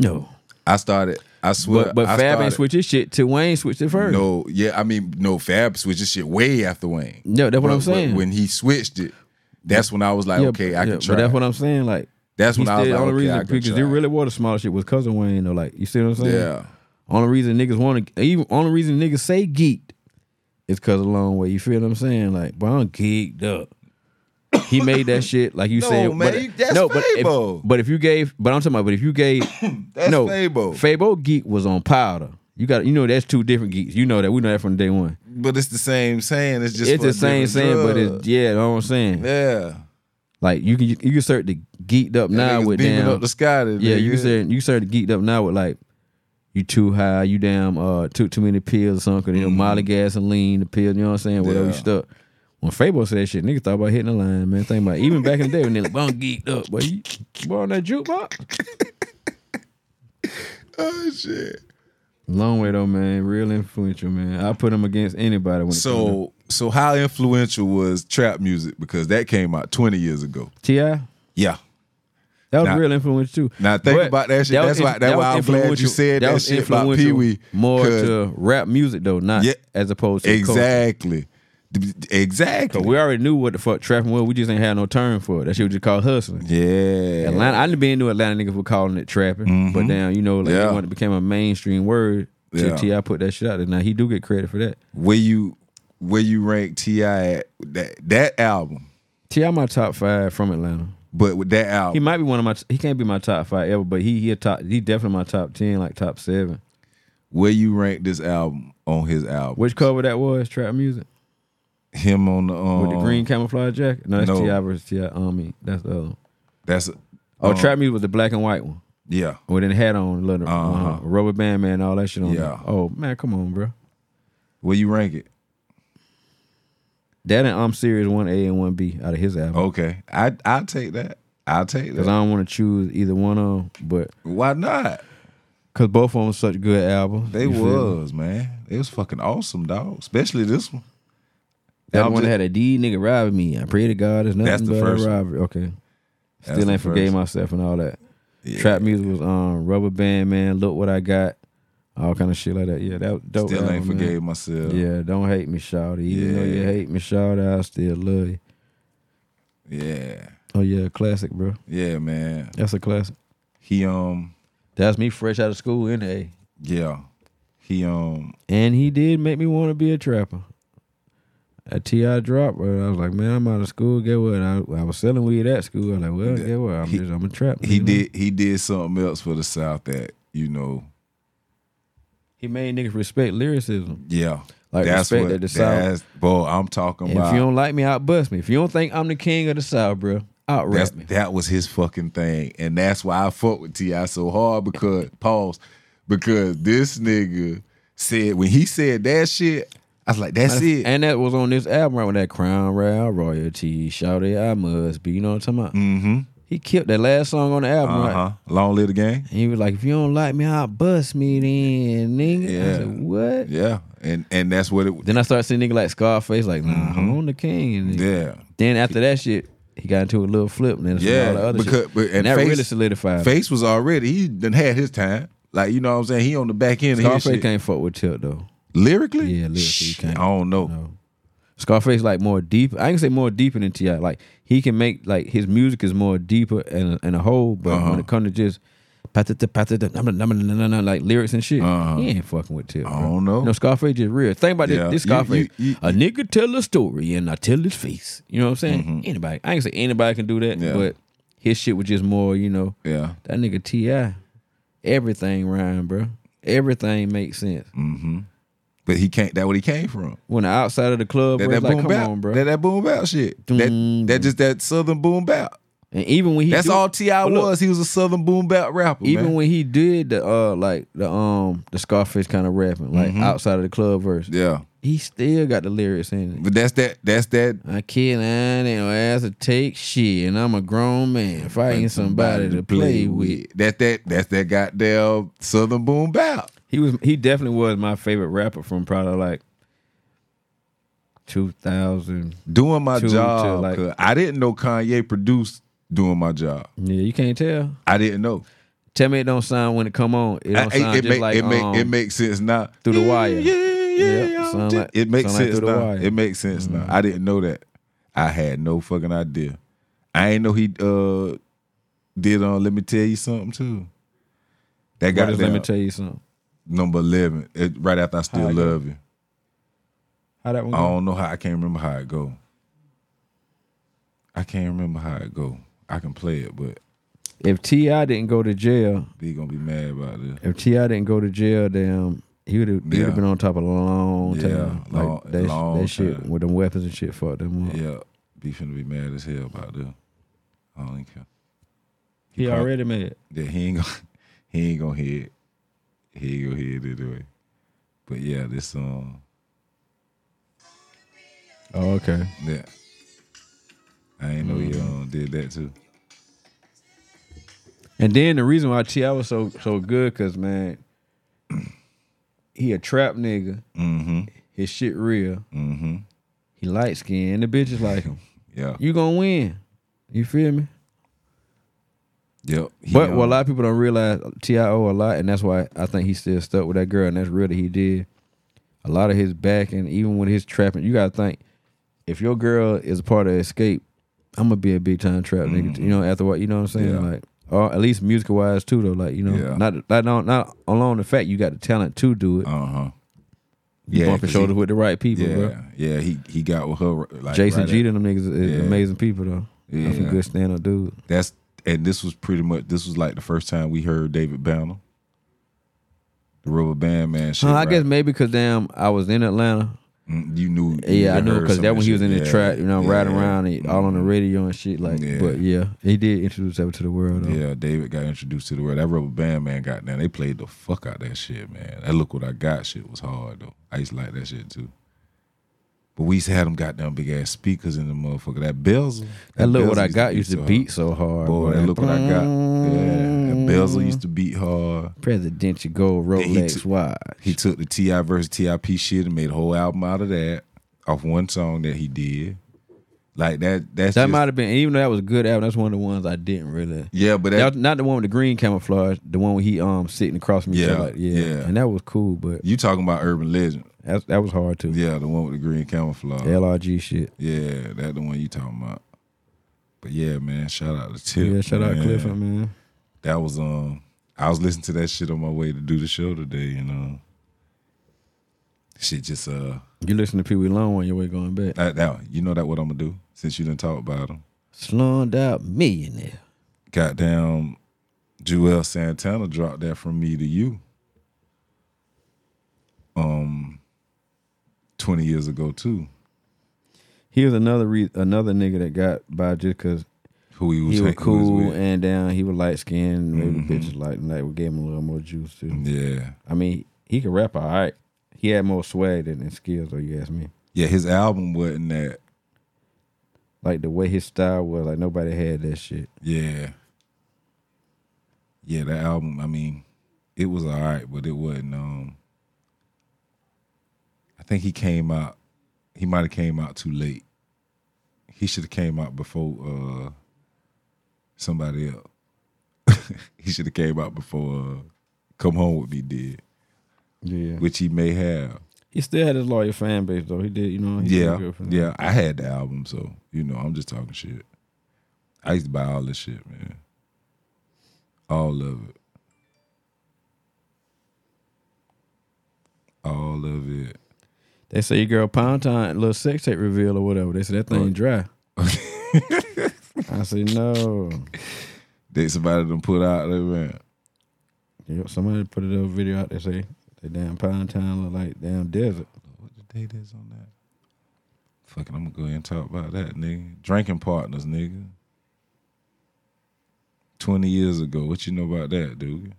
No,
I started. I swear.
but but
I
Fab ain't
started-
switch his shit till Wayne switched it first.
No, yeah, I mean, no, Fab switched his shit way after Wayne.
yeah, that's what
But-
I'm
but
saying.
When he switched it, that's when I was like,
yeah,
okay, I
yeah,
can try.
But that's what I'm saying. Like
That's
he
when I was
still-
like,
only
okay,
reason
I can
because
try.
there really was the small shit was cousin Wayne though. Like you see what I'm saying?
yeah.
Only reason niggas want to even only reason niggas say geeked is cause of long way. You feel what I'm saying? Like, bro, I'm geeked up. He made that shit like you
No,
said.
man,
but,
you- that's
no, but
Fabo.
if, but if you gave, but I'm talking about, but if you gave,
That's
no,
Fabo.
Fabo geek was on powder. You got, you know, that's two different geeks. You know that we know that from day one.
But it's the same saying. It's just
it's
for a
the same
different
saying, but
drug.
it's yeah, you know what I'm saying.
yeah.
Like you can you can start to geeked up now
Niggas
with
beaming
damn
up the sky. Today,
Yeah, you said you started geeked up now with like you too high, you damn uh took too many pills or something, you know, Molly gasoline, the pills, you know what I'm saying? Whatever you
Mm-hmm. Yeah.
stuck. When Fabo said that shit, niggas thought about hitting the line, man. Think about it. even back in the day when they like, "Bro, I'm geeked up, but you, you on that jukebox.
Oh shit.
Long way though, man. Real influential, man. I put him against anybody when it comes
So so how influential was trap music because that came out 20 years ago.
to- Ti.
Yeah.
That was
Now-
real influence too.
now think about that shit.
was
That's why-
inf-
that's
that
why
was
I'm glad you
influential-
said that
was
shit about
influential
Pee-wee,
More
'cause-
to rap music though, not
Yeah.
as opposed to culture.
Exactly. D- Exactly.
But we already knew what the fuck trapping was. We just ain't had no term for it. That shit was just called hustling.
yeah. Mm-hmm.
Atlanta, I didn't be into Atlanta niggas for calling it trapping. But now, you know, like
Yeah.
when it became a mainstream word,
Yeah.
yeah. T.I. put that shit out there. Now, he do get credit for that.
Where you where you rank Ti at that that album?
T.I. my top five from Atlanta.
But with that album,
He might be one of my, he can't be my top five ever, but he he a top, he definitely my top 10, like top seven.
where you rank this album on his album?
Which cover that was, Trap Music?
Him on the um,
With the green camouflage jacket? No, that's
no.
T.I. versus T.I. I mean, that's the other one.
That's a,
Oh,
um,
Trap Music was the black and white one.
Yeah,
With it had on, little
Uh-huh.
uh, rubber band man, all that shit on.
Yeah.
Yeah. Oh, man, come on, bro.
where you rank it?
That and I'm serious one A and one B out of his album.
Okay, I I take that. I take
Cause
that.
I don't want to choose either one of them, but
Why not?
cause both of them such good albums.
They
you feel me?
was man. They was fucking awesome, dog. Especially this one.
That
I'm
one
just-
had a D nigga robbing me. I pray to God it's nothing
That's the
but
first
a
one.
robbery. Okay,
That's
still
the
ain't forgave
first.
myself and all that.
Yeah.
Trap music was um Rubber Band Man, Look What I Got, all kind of shit like that. Yeah, that was dope.
Still ain't
album, man.
forgave myself.
Yeah, don't hate me, Shawty. Even though you
Yeah.
hate me, Shawty, I still love you.
yeah,
Oh yeah, classic, bro.
yeah, man.
That's a classic.
He um,
That's me fresh out of school in the A.
yeah, he um,
And he did make me want to be a trapper. At T.I. drop, bro, I was like, man, I'm out of school. Get what? I, I was selling weed at school. I was like, well,
Yeah.
get what? I'm
He-
just, I'm a trapper.
he
you know?
did he did something else for the South that you know.
He made niggas respect lyricism.
Yeah,
Like, respect that the South-
that's- Boy, I'm talking
And
about.
if you don't like me, out bust me. If you don't think I'm the king of the South, bro, out
That's
rap me.
that was his fucking thing, and that's why I fuck with Ti so hard because pause, because this nigga said when he said that shit, I was like, that's it.
And that was on this album right with that Crown Royal Royalty. Shout it, I must be. You know what I'm talking about?
mm-hmm.
He killed that last song on the album,
Uh
right?
huh. Long live the game.
And he was like, if you don't like me, I'll bust me then, nigga. I
Yeah.
said, what?
Yeah, and and that's what it.
Then I started seeing nigga like Scarface, like, nah, I'm the king. nigga.
Mm-hmm. Yeah,
Then after that shit, he got into a little flip, and then yeah,
yeah.
all the other
because
shit.
but,
And,
and,
that
face,
really solidified. Face,
face was already he done had his time. Like you know what I'm saying. He on the back end of his
Scarface
shit.
can't fuck with Tilt though.
Lyrically,
Yeah, lyrically, he
Shit,
can't.
I don't know.
No. Scarface like more deep. I can say more deeper than Ti. Like he can make like his music is more deeper and and a whole. But
Uh-huh.
when it comes to just patata, patata, number, number, number, number, like lyrics and shit,
Uh-huh.
he ain't fucking with Tilt.
I don't know.
No, Scarface is real. Think about
Oh. Yeah.
this, this
You-
Scarface.
you- you-
a nigga tell a story and I tell his face. You know what I'm saying? Anybody, I can say anybody can do that.
Mm-hmm. Yeah.
But his shit was just more, you know.
Yeah.
That nigga Ti, everything rhyme, bro. Everything makes sense.
Mm-hmm. But he can't. That what he came from.
When the outside of the club,
That,
bro,
that
it's like,
boom
come
bap,
on, bro.
that that boom bap shit. That
Doom,
that just that southern boom bap.
And even when he
That's
do-
all Ti
Well, look.
was. He was a Southern boom bap rapper.
even
man.
when he did the uh like the um the Scarface kind of rapping, like
Mhm.
outside of the club verse,
yeah,
he still got the lyrics in it.
but that's that. That's that.
I kill and ass to take shit, and I'm a grown man fighting somebody to play with.
That that that's that goddamn Southern boom bap.
He was he definitely was my favorite rapper from probably like 2000.
Doing my
To- to,
job.
like-
'cause I didn't know Kanye produced. Doing my job.
Yeah, you can't tell.
I didn't know.
Tell me it don't sound when it come on. It don't
I-
sound
it,
just
make,
like
it, make,
um,
it makes sense now.
Through the Wire.
Yeah, yeah,
Yep,
yeah.
sound like-
it makes
sound like
sense
Through the
now.
Wire. Mm.
It makes sense now. I didn't know that. I had no fucking idea. I ain't know he uh did on. Let me tell you something too. That
brothers,
got
let me tell you something.
number eleven. It, right after I still
How it go?
love you.
How that one?
I don't know how. I can't remember how it go. I can't remember how it go. I can play it, but
If Ti didn't go to jail,
they gonna be mad about this.
if Ti didn't go to jail, damn, he would have he would
Yeah.
have been on top of a long
Yeah,
time. Like
long-
that, sh-
long
that shit
time.
with them weapons and shit fucked them up.
Yeah, be finna be mad as hell about this. I don't even care.
He
probably-
already mad.
that he ain't gonna he ain't gonna hear it. He ain't gonna hear it anyway. But yeah, this song.
Oh, okay.
Yeah. I ain't know you um, did that too.
And then the reason why Ti was so so good, cause man, he a trap nigga.
Mm-hmm.
His shit real.
Mm-hmm.
He light skinned. The bitches like him.
Yeah.
You gonna win. You feel me?
Yep. He,
But
um,
what a lot of people don't realize, Ti owe a lot, and that's why I think he still stuck with that girl, and that's real that he did. A lot of his back, and even with his trapping, you gotta think if your girl is a part of Escape, I'm gonna be a big time trap nigga. You know, after what you know what I'm saying,
Mm-hmm. Yeah.
like, or at least musical wise too, though. Like you know,
Yeah.
not not not- not alone the fact you got the talent to do it.
uh-huh.
you
yeah,
bump your
'cause
shoulders with the right people,
Yeah.
bro.
Yeah, he he got with her like
Jason
right
G
at-
and them niggas is
Yeah.
amazing people though. That's some
Yeah.
good stand up dude.
That's and this was pretty much this was like the first time we heard David Banner. The rubber band man shit.
Huh, I
right?
guess maybe because damn, I was in Atlanta.
Mm, you knew you
Yeah, I
heard
know because
some
that
of
when he was
shit.
in the
Yeah,
track, you know, riding
yeah.
around and all on the radio and shit. Like,
Yeah.
but Mm-hmm. yeah, he did introduce that to the world. Though.
Yeah, David got introduced to the world. That rubber band man got down. They played the fuck out that shit, man. That look what I got shit was hard though. I used to like that shit too. But we used to have them goddamn big ass speakers in the motherfucker. That bells.
that look what I got used to beat so hard.
Boy, that look what I got. Yeah, that
Mm.
bezel used to beat hard.
Presidential gold Rolex
took-
watch.
He took the Ti versus Tip shit and made a whole album out of that, off one song that he did. Like that. That's
that
just-
might have been even though that was a good album. That's one of the ones I didn't really.
Yeah, but
That,
that,
was not the one with the green camouflage. The one where he um sitting across from me.
Yeah,
like, yeah,
yeah.
and that was cool, but
you talking about Urban Legend?
that, that was hard too.
Yeah, the one with the green camouflage.
The LRG shit.
Yeah, that the one you talking about. But yeah, man, shout out to Tip.
Yeah, shout out
man.
Clifford, man.
That was um I was listening to that shit on my way to do the show today, you know. Shit just uh
You listen to Pee Wee Long on your way going back.
that, that you know that what I'm gonna do since you didn't talk about him.
Slummed out millionaire.
Goddamn Joel Santana dropped that from me to you. Um 20 years ago too.
He was another re- another nigga that got by just because
Who he was,
he was
hang- who he was
cool
with.
and down. He was light skinned. Maybe
Mhm.
the bitches like like we gave him a little more juice too.
Yeah.
I mean, he could rap all right. He had more swag than, than skills, though. You ask me.
Yeah, his album wasn't that
Like the way his style was, like nobody had that shit.
Yeah. Yeah, that album, I mean, it was all right, but it wasn't um I think he came out he might have came out too late. He should have came out before uh somebody else. he should have came out before uh Come Home With Me did,
Yeah,
which he may have.
he still had his loyal fan base though. He did, you know. He did
Yeah.
good for them.
Yeah, I had the album, so you know, I'm just talking shit. I used to buy all this shit, man. All of it. All of it.
They say your girl Pound Time little sex tape reveal or whatever. They said that thing
Right.
dry. I said no.
That somebody done put out there, man.
Yep, somebody put a little video out there say that damn Pound Time look like damn desert.
What the date is on that? Fucking, I'm gonna go ahead and talk about that, nigga. Drinking partners, nigga. 20 years ago. What you know about that, dude?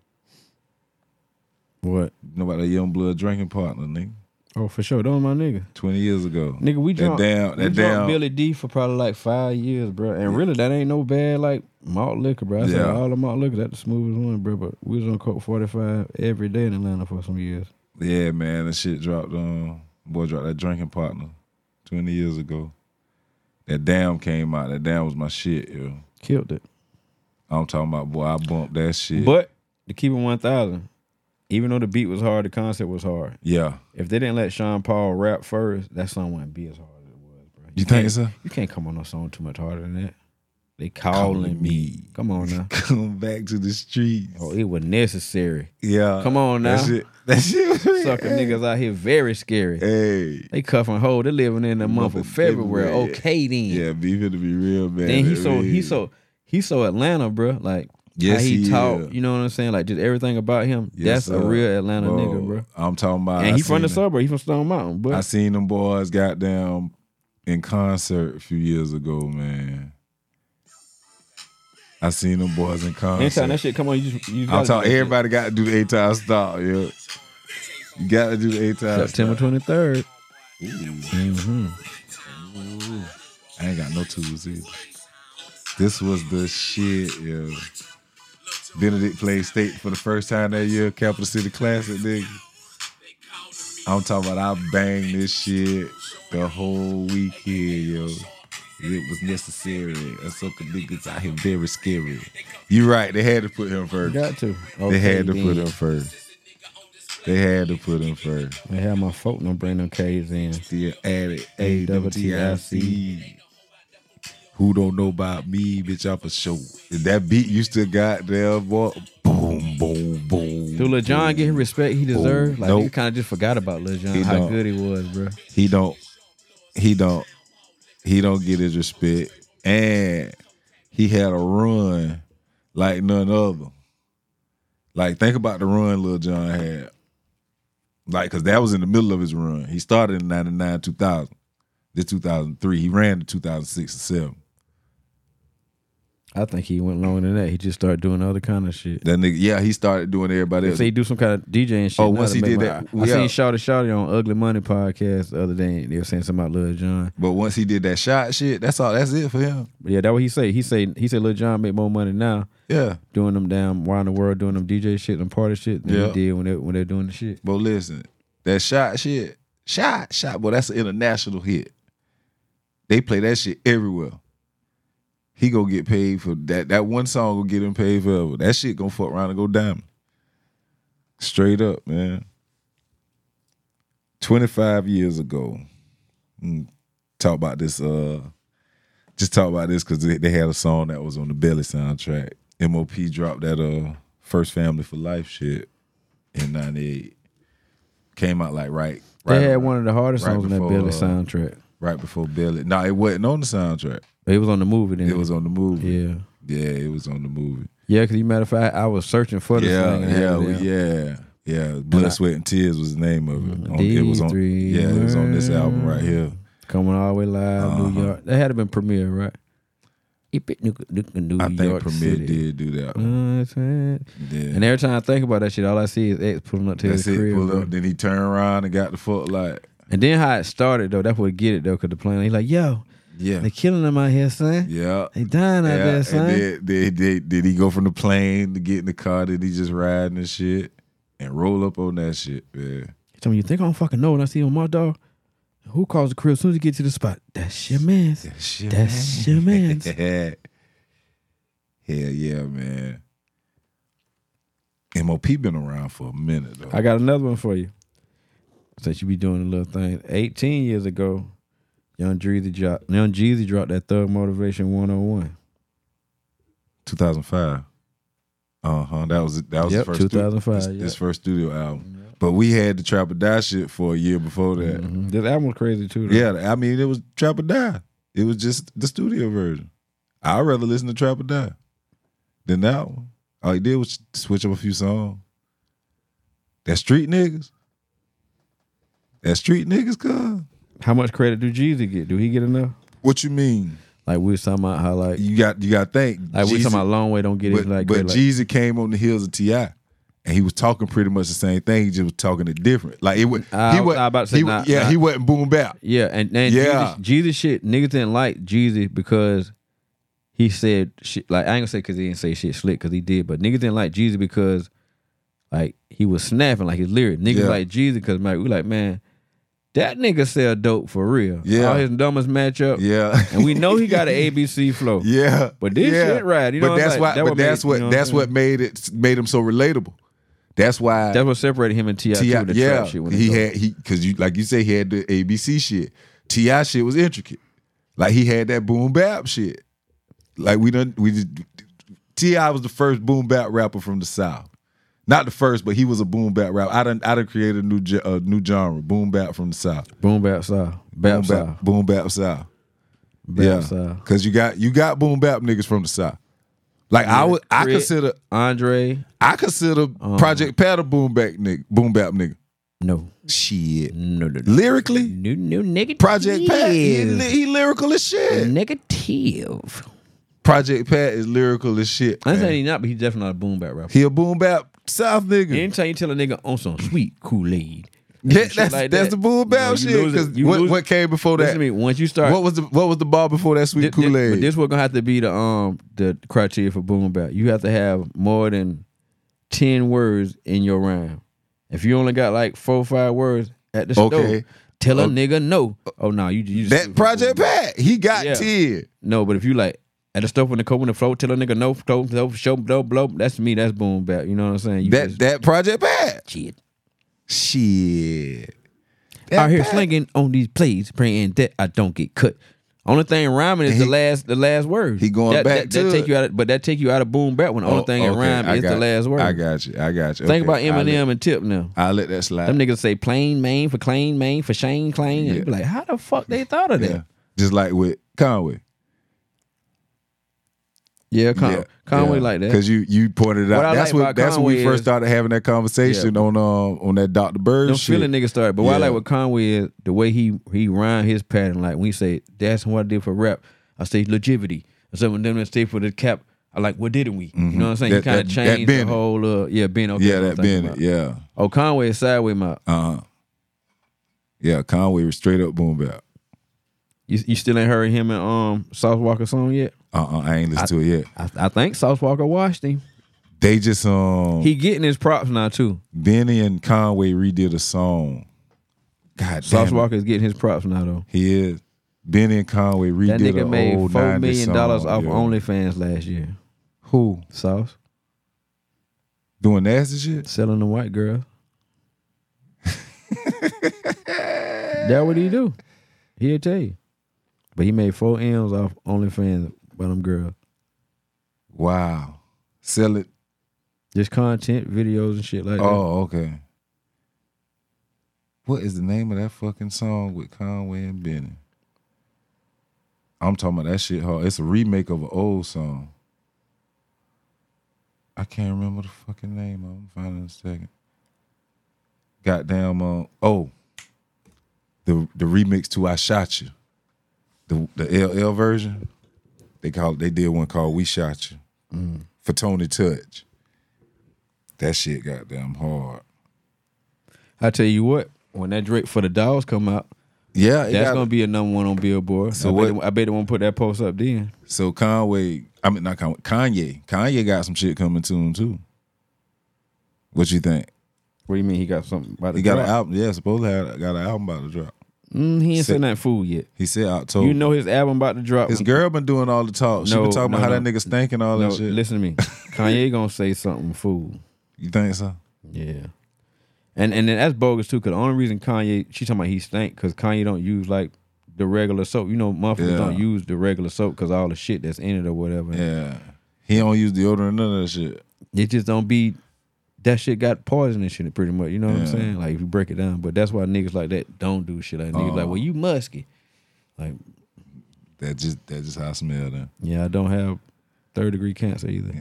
What?
You know about that young blood drinking partner, nigga?
Oh, for sure. Don't my nigga.
20 years ago.
Nigga, we
That
drunk,
damn-
we
that
drunk
damn-
Billy D for probably like five years, bro. And really, that ain't no bad like malt liquor, bro. I said
Yeah.
all the malt liquor, that the smoothest one, bro. But we was on Coke 45 every day in Atlanta for some years.
Yeah, man, that shit dropped. Um, boy dropped that drinking partner twenty years ago. That damn came out. That damn was my shit. Yo.
Killed it.
I'm talking about boy. I bumped that shit.
But to keep it 1,000, even though the beat was hard, the concept was hard.
yeah,
If they didn't let Sean Paul rap first, that song wouldn't be as hard as it was, bro.
you think
can't-
so?
You can't come on no song too much harder than that. They calling,
Calling
me.
me.
Come on now.
Come back to the streets.
Oh, it was necessary.
yeah.
Come on now.
That shit. That shit. Was
Sucker
hey.
niggas out here very scary.
Hey.
They cuffing hoe. They living in the month
Month
of
of
February.
February.
Okay then.
Yeah, beef it to be real, man.
Then he
That
so he
real.
so he so Atlanta, bro. Like
Yes,
how he,
he
talk.
is.
You know what I'm saying? Like just everything about him. that's
Yes,
a
sir.
real Atlanta
Bro,
nigga, bro.
I'm talking about.
And
I
he from
seen
the
it.
suburb. He from Stone Mountain,
I
but
seen them boys goddamn in concert a few years ago, man. I seen them boys in concert.
anytime that shit come on, you just you
I'm
gotta
talking
do that shit.
everybody got to do the eight time stop, yo. You gotta do the eight time
September Mm-hmm. 23rd.
I ain't got no tools either. This was the shit, yo. Benedict played state for the first time that year, Capital City Classic, nigga. I'm talking about I banged this shit the whole week here, yo. It was necessary. And so the niggas out here very scary. You right, they had to put him first.
Got to.
They had to
Okay,
put
then.
him first. They had to put him first.
I had my folk no bring them K's in.
Still at it. A double T I C. Who don't know about me, bitch? I'm for sure. And that beat you still got there, boy. Boom, boom, boom.
Do Lil John
boom.
get his respect he deserved? Like
Nope.
you kind of just forgot about Lil John,
He
how
don't.
good he was, bro.
He don't. He don't. He don't get his respect, and he had a run like none other. Like think about the run Lil John had. Like, cause that was in the middle of his run. He started in '99, 2000, this 2003. He ran to 2006 and seven.
I think he went longer than that. He just started doing other kind of shit.
That nigga, yeah, he started doing everybody else.
So he do some kind of DJing shit.
Oh,
now
once
to
he
make
did
my-
that,
I,
yeah.
seen Shawty Shawty on Ugly Money podcast the other day. and They were saying something about Lil John.
But once he did that shot shit, that's all. That's it for him.
But yeah, that what he say. He say he said Lil John make more money now
Yeah.
doing them damn around the world doing them DJ shit and party shit than
Yeah.
he did when they when they're doing the shit.
But listen, that shot shit, shot shot. Boy, that's an international hit. They play that shit everywhere. He gonna get paid for that. That one song gonna get him paid forever. That shit gonna fuck around and go diamond. Straight up, man. Twenty five years ago, mm, talk about this. Uh, just talk about this because they, they had a song that was on the Belly soundtrack. MOP dropped that uh first family for life shit in '98. Came out like right.
They
right
had one of the hardest
right
songs on that
before,
Billy
uh,
soundtrack.
right before Belly. No, it wasn't on the soundtrack.
It was on the movie then.
It was on the movie.
yeah.
Yeah, it was on the movie.
Yeah, because you matter of fact, I was searching for this
yeah,
thing. and I
yeah,
had it
we-
down.
yeah, yeah. Blood, sweat, and tears was the name of it. On- it was on.
D3
Yeah, it was on this album right here.
Coming all the way live,
Uh-huh.
New York. That had to been premiere, right? Ip it, New, New, New
I think
York
Premier
City.
did do that. one.
Uh, it's, uh,
Yeah.
And every time I think about that shit, all I see is X pulling up to
That's
his
it.
crib.
Pulled
bro.
up. Then he turned around and got the fuck like.
And then how it started though, that's what get it though, cause the plan. He like, yo,
Yeah.
they killing them out here, son.
Yeah.
They dying out
Yeah,
there,
and
son.
then, then, then- did he go from the plane to get in the car? Did he just ride and shit and roll up on that shit? Yeah,
He told me, you think I don't fucking know when I see on my dog? Who calls the crib as soon as you get to the spot? That's your man's.
that's your
That's your man's.
Hell yeah, man. MOP been around for a minute though.
I got another one for you. Since you be doing the little thing. 18 years ago, Young Jeezy dropped, Young Jeezy dropped that Thug Motivation 101.
2005. Uh huh. That was that was
Yep,
his first stu-
2005,
his,
yeah.
his first studio album. But we had the Trap or Die shit for a year before that.
This album was crazy too. though.
Mm-hmm. Yeah, I mean it was Trap or Die. It was just the studio version. I'd rather listen to Trap or Die than that one. All he did was switch up a few songs. That street niggas. That street niggas, cuz.
How much credit do Jeezy get? Do he get enough?
What you mean?
Like we was talking about how like
You got you got to think.
like we
Jeezy-
talking about long way don't get it
but,
like,
but
great, like
Jeezy came on the heels of Ti, and he was talking pretty much the same thing. He just was talking it different. Like it was.
Uh, I
he
was-
was
I about to say,
he,
nah,
wa- yeah,
nah.
he wasn't boom bap.
yeah, and and
Yeah.
Jeezy, Jeezy shit niggas didn't like Jeezy because he said shit like I ain't gonna say because he didn't say shit slick because he did, but niggas didn't like Jeezy because like he was snapping like his lyrics. Niggas
Yeah.
like Jeezy because man, we like man, that nigga sell dope for real.
Yeah.
all his dumbest matchup,
Yeah,
and we know he got an ABC flow.
yeah,
But this
yeah.
shit right, you know
but
what I'm
that's
saying?
why.
That
but
what made-
that's
you
what
know what I'm
that's
saying?
what made it made him so relatable. That's why.
That's what separated him and Ti.
Ti,
too, the
yeah,
trap shit when they
he
go-
had he because you like you say he had the ABC shit. Ti shit was intricate, like he had that boom bap shit. Like we done we did. Ti was the first boom bap rapper from the south, not the first, but he was a boom bap rapper. I done I done created a new ge- a new genre, boom bap from the south,
boom bap style, bap
boom
style,
bap, boom bap south.
bap
yeah,
style.
because you got you got boom bap niggas from the south. Like I would I
Crit.
consider
Andre,
I consider
Uh-huh.
Project Pat a boom bap nigga, boom bap nigga.
no,
Shit,
no, no, no.
lyrically.
New, new negative.
Project Pat, he, li- he lyrical as
Mm.
shit.
Negative.
Project Pat is lyrical as shit.
I'm
man.
saying he not, but he's definitely not a boom bap rapper.
He a boom bap South nigga.
Anytime you tell a nigga on some sweet Kool Aid,
Yeah, that's that's the boom bap shit. Because what, what came before
Listen
that?
to me. Once you start,
What was the what was the ball before that
thi-
sweet
thi-
Kool
But
Aid?
this what gonna have to be the um the criteria for boom bap. You have to have more than ten words in your rhyme. If you only got like four or five words at the
Okay.
store, tell a
Okay.
nigga no. Oh no, you, you just
that Project Pat, he got
Yeah.
ten.
No, but if you like at the stuff when the coke when the flow, tell a nigga no, flow, no, show, no, blow. That's me. That's boom bap. You know what I'm saying? You
That
just-
that Project Pat,
shit.
shit. That
Out here
Pat-
slinging on these plays, praying that I don't get cut. Only thing rhyming is
And he-
the last, the last word.
he going
that,
back
that, that
to
take
it.
you out, of, but that take you out of boom bap when the only
Oh,
thing that
okay,
rhyme
I
is the
got-
last word.
I got you. I got you.
Think about
Okay, I let-
Eminem and Tip now.
I let that slide.
Them niggas say plain main for claim main for Shane claim. And you be like, how the fuck they thought of that?
yeah. Just like with Conway.
Yeah, Con- Conway like that.
Because you you pointed it out.
What I
that's
like
what
about
that's when we
Conway
first
is-
started having that conversation on um on that Dr. Bird
Them
shit.
feeling niggas started. But what I
Yeah.
like with Conway is the way he he rhyme his pattern. Like when he say, that's what I did for rap. I say longevity. Or something them that stay for the cap. I like, what didn't we? You know what I'm saying?
Mm-hmm. That-
you kind
that-
of
that
changed the
Bennett.
whole uh yeah, Ben okay.
yeah,
that's
that
what I'm thinking
Bennett. Yeah.
about. Oh, Conway is sideways mouth.
Uh huh. Yeah, Conway was straight up boom bap.
You, you still ain't heard him and um South Walker song yet?
Uh uh I ain't listened to it yet.
I, I think South Walker watched him.
They just um
He getting his props now too.
Benny and Conway redid a song. God
South
damn. it.
Walker is getting his props now though.
He is. Benny and Conway redid
That
a
nigga made
old
four
90s
million
song,
dollars off
yo.
OnlyFans last year.
who
Sauce
doing nasty shit.
selling the white girl. that what he do? He'll tell you. But he made four M's off OnlyFans by them girls.
Wow, sell it.
Just content, videos and shit like that.
Oh, okay. What is the name of that fucking song with Conway and Benny? I'm talking about that shit hard. It's a remake of an old song. I can't remember the fucking name. I'm gonna find it in a second. Goddamn. Uh, oh, the the remix to "I Shot You," the the LL version. They call they did one called "We Shot You"
Mm.
for Tony Touch. That shit goddamn hard.
I tell you what, when that Drake for the Dogs come out,
Yeah, it
that's
got-
gonna be a number one on Billboard.
So
I,
what-
Bet they, I bet they won't put that post up then.
so Conway. I mean, not Conway. Kanye. Kanye got some shit coming to him too. What you think?
What do you mean he got something about
He got an album. Yeah, supposed to have got an album about to drop.
Mm, he ain't
Sick.
said that fool yet.
He said October.
You know Oh. his album about to drop.
his girl been doing all the talk. she
No,
been talking
no,
about how
no.
that nigga stank and all
no,
that shit.
listen to me. Kanye gonna say something fool.
You think so?
Yeah. And and then that's bogus too, cause the only reason Kanye she talking about he stank, cause Kanye don't use like the regular soap. You know, motherfuckers
Yeah.
don't use the regular soap cause all the shit that's in it or whatever.
Yeah. He don't use deodorant none of that shit.
It just don't be that shit got poison and shit pretty much. You know what I'm
Yeah.
saying? Like if you break it down. But that's why niggas like that don't do shit like niggas
Oh.
like, well you musky. Like,
That just that just how I smell then.
yeah, I don't have third degree cancer either.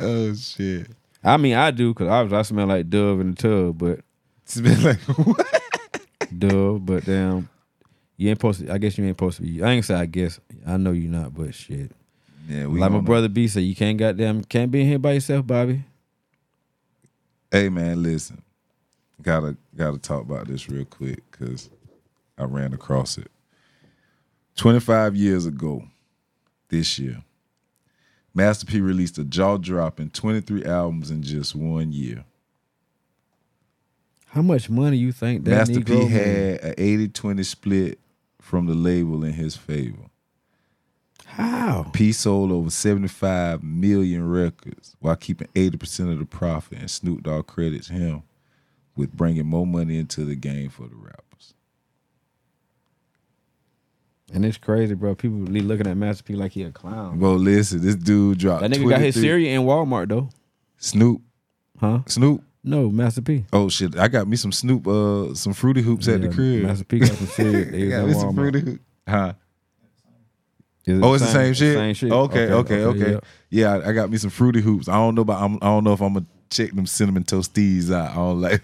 Oh shit.
I mean I do cause obviously I smell like dove in the tub, but
Smell like what?
dove, but damn You ain't supposed to, I guess you ain't supposed to be. I ain't say I guess. I know you not, but shit.
Yeah, we
like my
gonna-
brother B said, you can't goddamn can't be in here by yourself, Bobby.
Hey man, listen. Gotta gotta talk about this real quick because I ran across it. 25 years ago, this year, Master P released a jaw dropping 23 albums in just one year.
How much money you think that
Master
Negro
P
made?
had a 80 20 split from the label in his favor.
How?
P sold over 75 million records while keeping 80% of the profit, and Snoop Dogg credits him with bringing more money into the game for the rappers.
And it's crazy, bro. People be looking at Master P like he a clown.
Bro, listen, this dude dropped.
That nigga got his
23
cereal in Walmart though,
Snoop,
huh?
Snoop.
No, Master P.
Oh shit, I got me some Snoop, uh, some fruity hoops at the
Yeah,
crib.
Master P got some cereal. They
I got
was in
me some
Walmart.
fruity hoop. Huh?
Is it
Oh, it's the same, shit.
Same shit.
Okay, okay, okay.
yeah.
Yeah, I, I got me some fruity hoops. I don't know, about I'm, I don't know if I'm gonna check them cinnamon toasties out. I don't like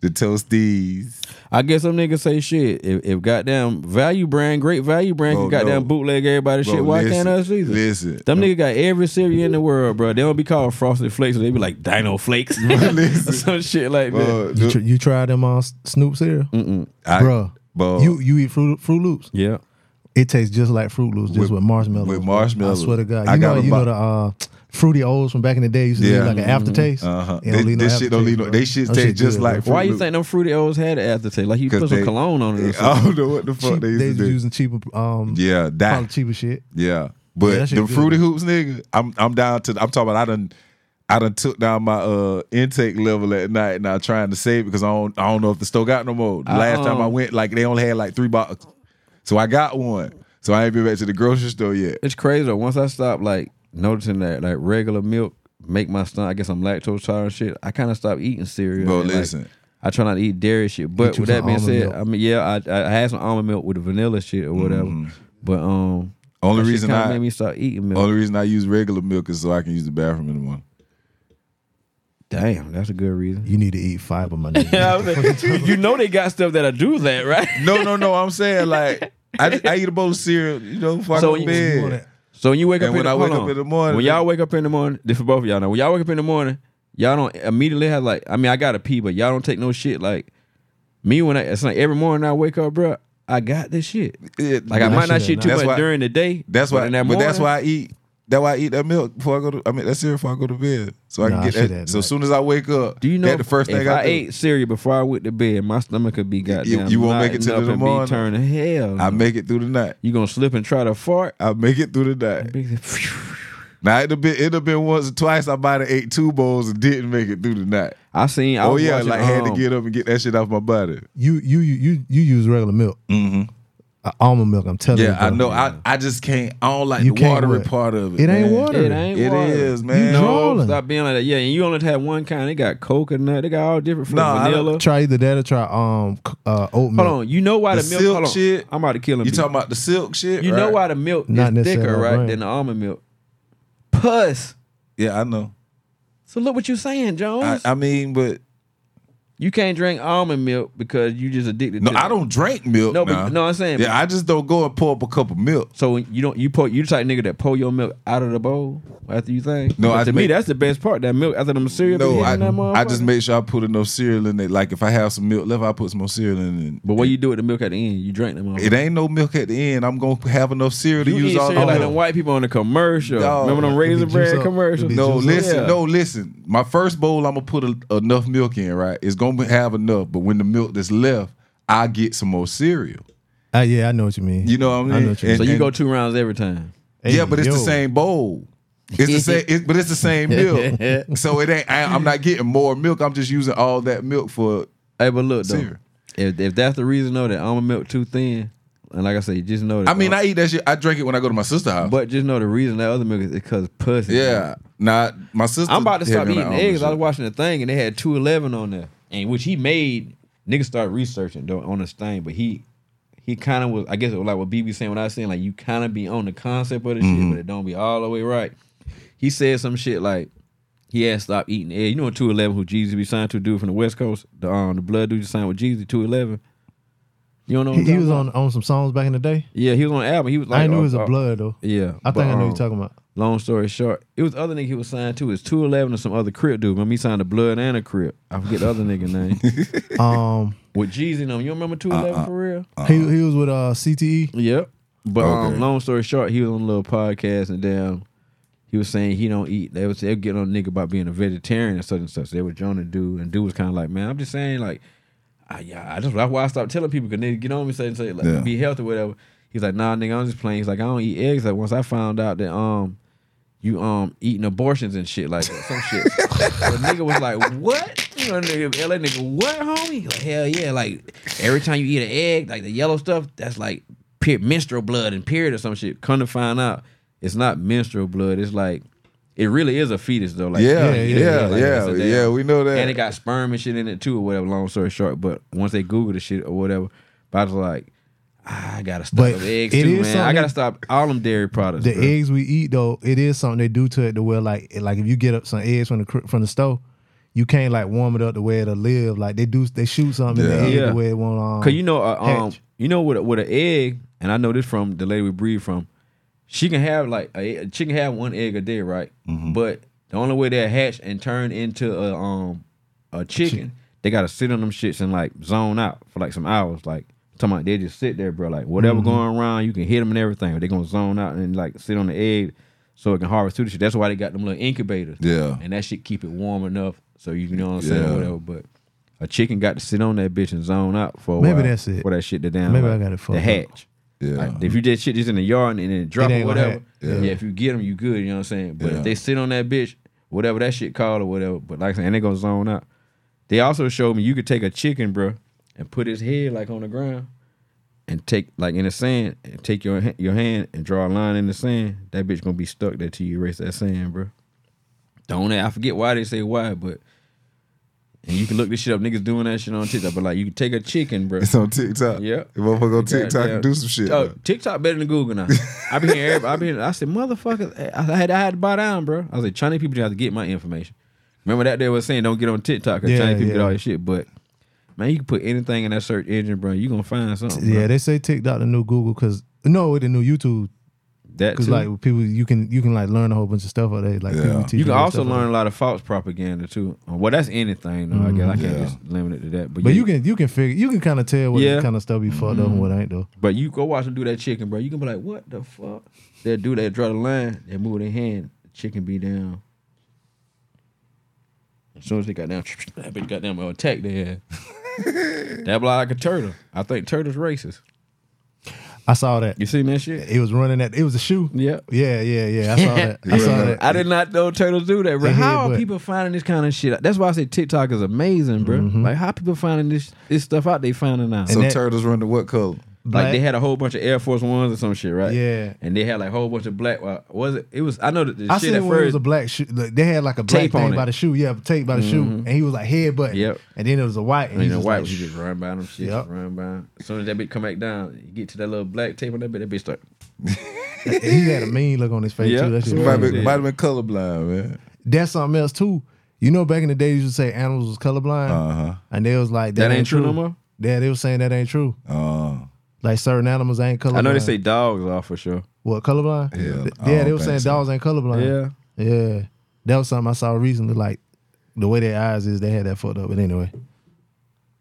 the toasties.
I guess some niggas say shit. If, if goddamn value brand, great value brand,
Bro,
can goddamn
no.
bootleg everybody
Bro,
shit. Why
listen,
can't us either?
Listen,
Them niggas got every cereal in the world, bro. They don't be called Frosted Flakes, they be like Dino Flakes or some shit like that.
bro,
You, tr- you tried them on Snoop cereal,
Mm-mm.
I-
bruh.
bro,
you you eat Fruit, Fruit Loops.
Yeah,
It tastes just like Fruit Loops, just
With-
with, marshmallows.
with
bruh.
marshmallows.
I swear to God, you
I
know
got a
you
bo-
know the uh, fruity O's from back in the day used to
Yeah.
leave like an aftertaste.
Uh-huh.
It don't
They-
leave no
this shit don't leave no-
aftertaste,
they
bruh.
shit
Them
taste just
good,
like
bruh.
Fruit
why you
Loops.
think them fruity O's had an aftertaste? Like you
'Cause
put some
they-
cologne on it. Or
I
something.
don't know what the fuck
Cheap-
they used
they
to do.
using cheaper um
yeah,
probably
that
cheaper shit.
Yeah, but
Yeah,
them
that shit good.
fruity hoops, nigga. I'm I'm down to. I'm talking about. I done. I done took down my uh intake level at night, and I trying to save it because I don't. I don't know if the store got no more. The
I,
last time I
um,
went, like they only had like three boxes, so I got one. So I ain't been back to the grocery store yet.
It's crazy though. Once I stopped like noticing that like regular milk make my stomach. I guess I'm lactose tolerant. and Shit. I kind of stopped eating cereal.
Bro,
and, like,
listen.
I try not to eat dairy shit. But
you
with that
some
being
almond
said,
milk.
I mean, yeah, I I had some almond milk with the vanilla shit or whatever. But um,
Only
that shit
reason
kinda
I-
made me start eating milk.
Only reason I use regular milk is so I can use the bathroom in the morning.
Damn, that's a good reason.
You need to eat fiber, my nigga.
I was like, you know they got stuff that'll do that, right?
No, no, no. I'm saying like I, just- I eat a bowl of cereal, you know, before
So
I go to
you- you
bed.
wanna-
So when you wake
And
up, in
when
the,
I
hold
wake up
on.
in the morning-
when y'all wake up in the morning, this for both of y'all now. When y'all wake up in the morning, y'all don't immediately have like. I mean, I gotta pee, but y'all don't take no shit. Like me, when I, it's like every morning I wake up, bruh, I got this shit.
Yeah,
Like I
That
might
shit
not
at
shit too
night. That's
much
why-
during the day.
That's
but
why,
in that
but that's
morning-
why I eat. That why I eat that milk before I go to. I mean, that cereal before I go to bed, so I
Nah,
can get
shit
that.
at
So
night.
as soon as I wake up,
Do you know
that the first
if
thing
I,
I, do,
ate cereal before I went to bed, my stomach could be goddamn.
you won't make it to the
knotting up and be
morning.
Turning hell,
I
no.
make it through the night.
you gonna slip and try to fart.
I make it through the night. Now it'd have been it'd have been once or twice I might have ate two bowls and didn't make it through the night.
I seen. I
oh
was
yeah,
watching,
like had to
um,
get up and get that shit off my body.
You you you you you use regular milk,
Mm-hmm.
uh, almond milk. I'm telling you.
Yeah, I
bro.
know. I, I just can't. I don't like
You
the
can't
watery
what?
part of it.
It
man.
ain't water.
It ain't
It
water.
is, man. No,
You drunk?
No,
Rolling.
stop being like that. Yeah, and you only have one kind. They got coconut. They got all different from
Nah, I don't-
vanilla.
Try either that or try um c- uh, oat milk.
Hold on. You know why the,
The
milk?
silk
hold on.
shit.
I'm about to kill him.
you
B.
talking about the silk shit?
You
right?
know why the milk
Not
is
necessarily
thicker, right,
right.
than the almond milk? Puss.
Yeah, I know.
So look what you're saying,
I,
Jones.
I mean, but
you can't drink almond milk because you just addicted.
no,
to it.
I don't drink milk.
No,
nah.
but, no, I'm saying.
Yeah, I just don't go and pour up a cup of milk.
So when you don't you pour you the type nigga that pour your milk out of the bowl after you think.
No,
But
I
to me
make-
that's the best part. That milk after them cereal. be
No,
hitting
I,
that
I just
motherfucker.
make sure I put enough cereal in it. Like if I have some milk left, I put some more cereal in it.
But what you do with the milk at the end? You drink them.
It ain't no milk at the end. I'm gonna have enough cereal
You
to use
eat
all
cereal
the
like
milk.
them white people on the commercial.
Dog.
Remember them
It be
raisin
juice
bread
up.
commercials?
It be
no,
juice
listen,
Yeah.
no, listen. My first bowl, I'm gonna put a, enough milk in. Right, it's gonna have enough. But when the milk that's left, I get some more cereal.
Uh, yeah, I know what you mean.
You know what I mean?
I know what you mean.
So you
And-
go two rounds every time.
yeah, but it's the
yo.
same bowl. It's the same, it, but it's the same milk. so it ain't. I, I'm not getting more milk. I'm just using all that milk for
Hey, but look though,
Cereal.
if if that's the reason though that almond milk too thin, and like I say, just know. That
I mean, I eat that shit. I drink it when I go to my sister's house.
but just know the reason that other milk is because pussy.
yeah, not my sister.
I'm about to start
heavy on
eating
the almond
eggs. I was
shit.
watching a thing and they had 211 on there, and which he made. Niggas started researching though on this thing, but he he kind of was. I guess it was like what BB saying. What I was saying, like you kind of be on the concept of the
Mm-hmm.
shit, but it don't be all the way right. He said some shit like he had stopped eating eggs. You know, in 211 who Jeezy be signed to a dude from the West Coast, the um the blood dude just signed with Jeezy 211. You don't know. What
He,
I'm
he
talking
was
about?
on on some songs back in the day.
Yeah, he was on the album. He was like,
I knew it was
uh,
a blood though.
Yeah,
I
but,
think I know
um,
what you're talking about.
Long story short, it was other nigga he was signed to. It's two eleven or some other crip dude. Remember he signed a blood and a crip. I forget the other nigga name.
Um,
With Jeezy and them. You don't remember two eleven for real?
he he was with uh CTE.
Yep. But
Okay.
um, long story short, he was on a little podcast and damn, he was saying he don't eat. They was they were getting on a nigga about being a vegetarian and such and such. They were joining the dude, and dude was kind of like, man, I'm just saying like, I, yeah, I just that's why I stopped telling people because nigga get on me say say like
Yeah.
be healthy or whatever. He's like, nah, nigga, I'm just playing. He's like, I don't eat eggs. Like once I found out that um. You um eating abortions and shit like that, some shit. the nigga was like, "What?" You know, nigga, LA nigga, what, homie? Like, hell yeah! Like every time you eat an egg, like the yellow stuff, that's like pure menstrual blood and period or some shit. Come to find out, it's not menstrual blood. It's like it really is a fetus though. Like
yeah, yeah,
yeah,
yeah,
like,
yeah,
it's a damn-
We know that.
and it got sperm and shit in it too, or whatever. Long story short, but once they Google the shit or whatever, but I was like, "Ah, I gotta stop
But
the eggs
it
too,
is
man. I
something-
gotta stop all them dairy products.
The
bro.
eggs we eat though, it is something they do to it to where like like if you get up some eggs from the cr- from the store, you can't like warm it up the way it'll live. Like they do, they shoot something in the egg
Yeah.
the way it won't. Um,
Cause you know, uh, um,
hatch.
you know, with a- with an egg, and I know this from the lady we breed from. She can have like a, she can have one egg a day, right? But the only way they hatch and turn into a um a chicken, they gotta sit on them shits and like zone out for like some hours. Like I'm talking about they just sit there, bro. Like whatever going around, you can hit them and everything. But they gonna zone out and like sit on the egg so it can harvest through the shit. That's why they got them little incubators.
Yeah.
and that shit keep it warm enough so you know what I'm saying,
Yeah.
whatever. But a chicken got to sit on that bitch and zone out for a
Maybe
while
that's it.
For that shit to down.
Maybe
like,
I got it fucked
The
up.
hatch.
yeah,
Like, if you did shit just in the yard and then drop
It
it or
ain't gonna
whatever,
happen.
yeah. if you get them, you good. You know what I'm saying? But
Yeah.
if they sit on that bitch, whatever that shit called or whatever. But like I said, and they gonna zone out. They also showed me you could take a chicken, bro, and put his head like on the ground, and take like in the sand, and take your ha- your hand and draw a line in the sand. That bitch gonna be stuck there till you erase that sand, bro. Don't I forget why they say why, but and you can look this shit up. Niggas doing that shit on TikTok, but like you can take a chicken, bro.
it's on TikTok.
Yeah.
the motherfucker on
God
TikTok and
damn.
do some shit.
Oh, TikTok better than Google now. I been here. I been. I said, motherfucker. I I had. I had to buy down, bro. I was like, Chinese people just have to get my information. Remember that they was saying don't get on TikTok because
Yeah,
Chinese people get
yeah.
all your shit. But man, you can put anything in that search engine, bro. You gonna find something.
yeah,
bro.
they say TikTok the new Google because no, the new YouTube
that
because
too.
like people you can you can like learn a whole bunch of stuff out there. Like
Yeah.
people teach
you can
that
also
stuff out there.
learn a lot of false propaganda too. Well, that's anything. Though, I guess I can't
Yeah.
just limit it to that. But,
Mm, But
yeah,
you can you can figure you can kind of tell what
Yeah.
kind of stuff be fucked up and what ain't though.
But you go watch them do that chicken, bro. You can be like, what the fuck? They do that, draw the line, they move their hand, the chicken be down. As soon as they got down, that bitch got down, well, attack their ass. that block like a turtle. I think turtles racist.
I saw that.
You seen that shit?
It was running at it was a shoe.
Yeah.
Yeah, yeah, yeah. I saw that. I saw that.
I did not know turtles do that, bro.
They
How are
headbutt.
people finding this kind of shit? That's why I say TikTok is amazing, bro. Like how people finding this this stuff out they finding out.
so
Mm-hmm. and that-
turtles run to what color?
Black-
Like they had a whole bunch of Air Force Ones or some shit, right?
Yeah.
And they had like a whole bunch of black. uh, Was it? It was. I know that the
I
shit
seen
at
when it was
first.
a black shoe. Like, they had like a black
Tape on
thing
it. Mm-hmm.
by the shoe. Yeah, tape by the shoe, and he was like headbutt.
Yep.
And then it was a white.
you
And he
know,
was
white
like,
you just run by them shit,
Yep.
run by. 'em. As soon as that bitch come back down, you get to that little black tape on that bitch. That bitch start.
and he had a mean look on his face
Yeah.
too. That shit
Might,
was
be,
crazy.
might have been colorblind, man.
That's something else too. You know, back in the day, you used to say animals was colorblind,
Uh-huh.
and they was like
That ain't true no more?
Yeah, they was saying that ain't true.
Uh
Like certain animals ain't colorblind.
I know they say dogs are for sure.
what colorblind?
Yeah,
Th-
I
yeah,
don't
they were
think
saying
so.
dogs ain't colorblind. Yeah, yeah, that was something I saw recently. Like the way their eyes is, they had that fucked up. But anyway,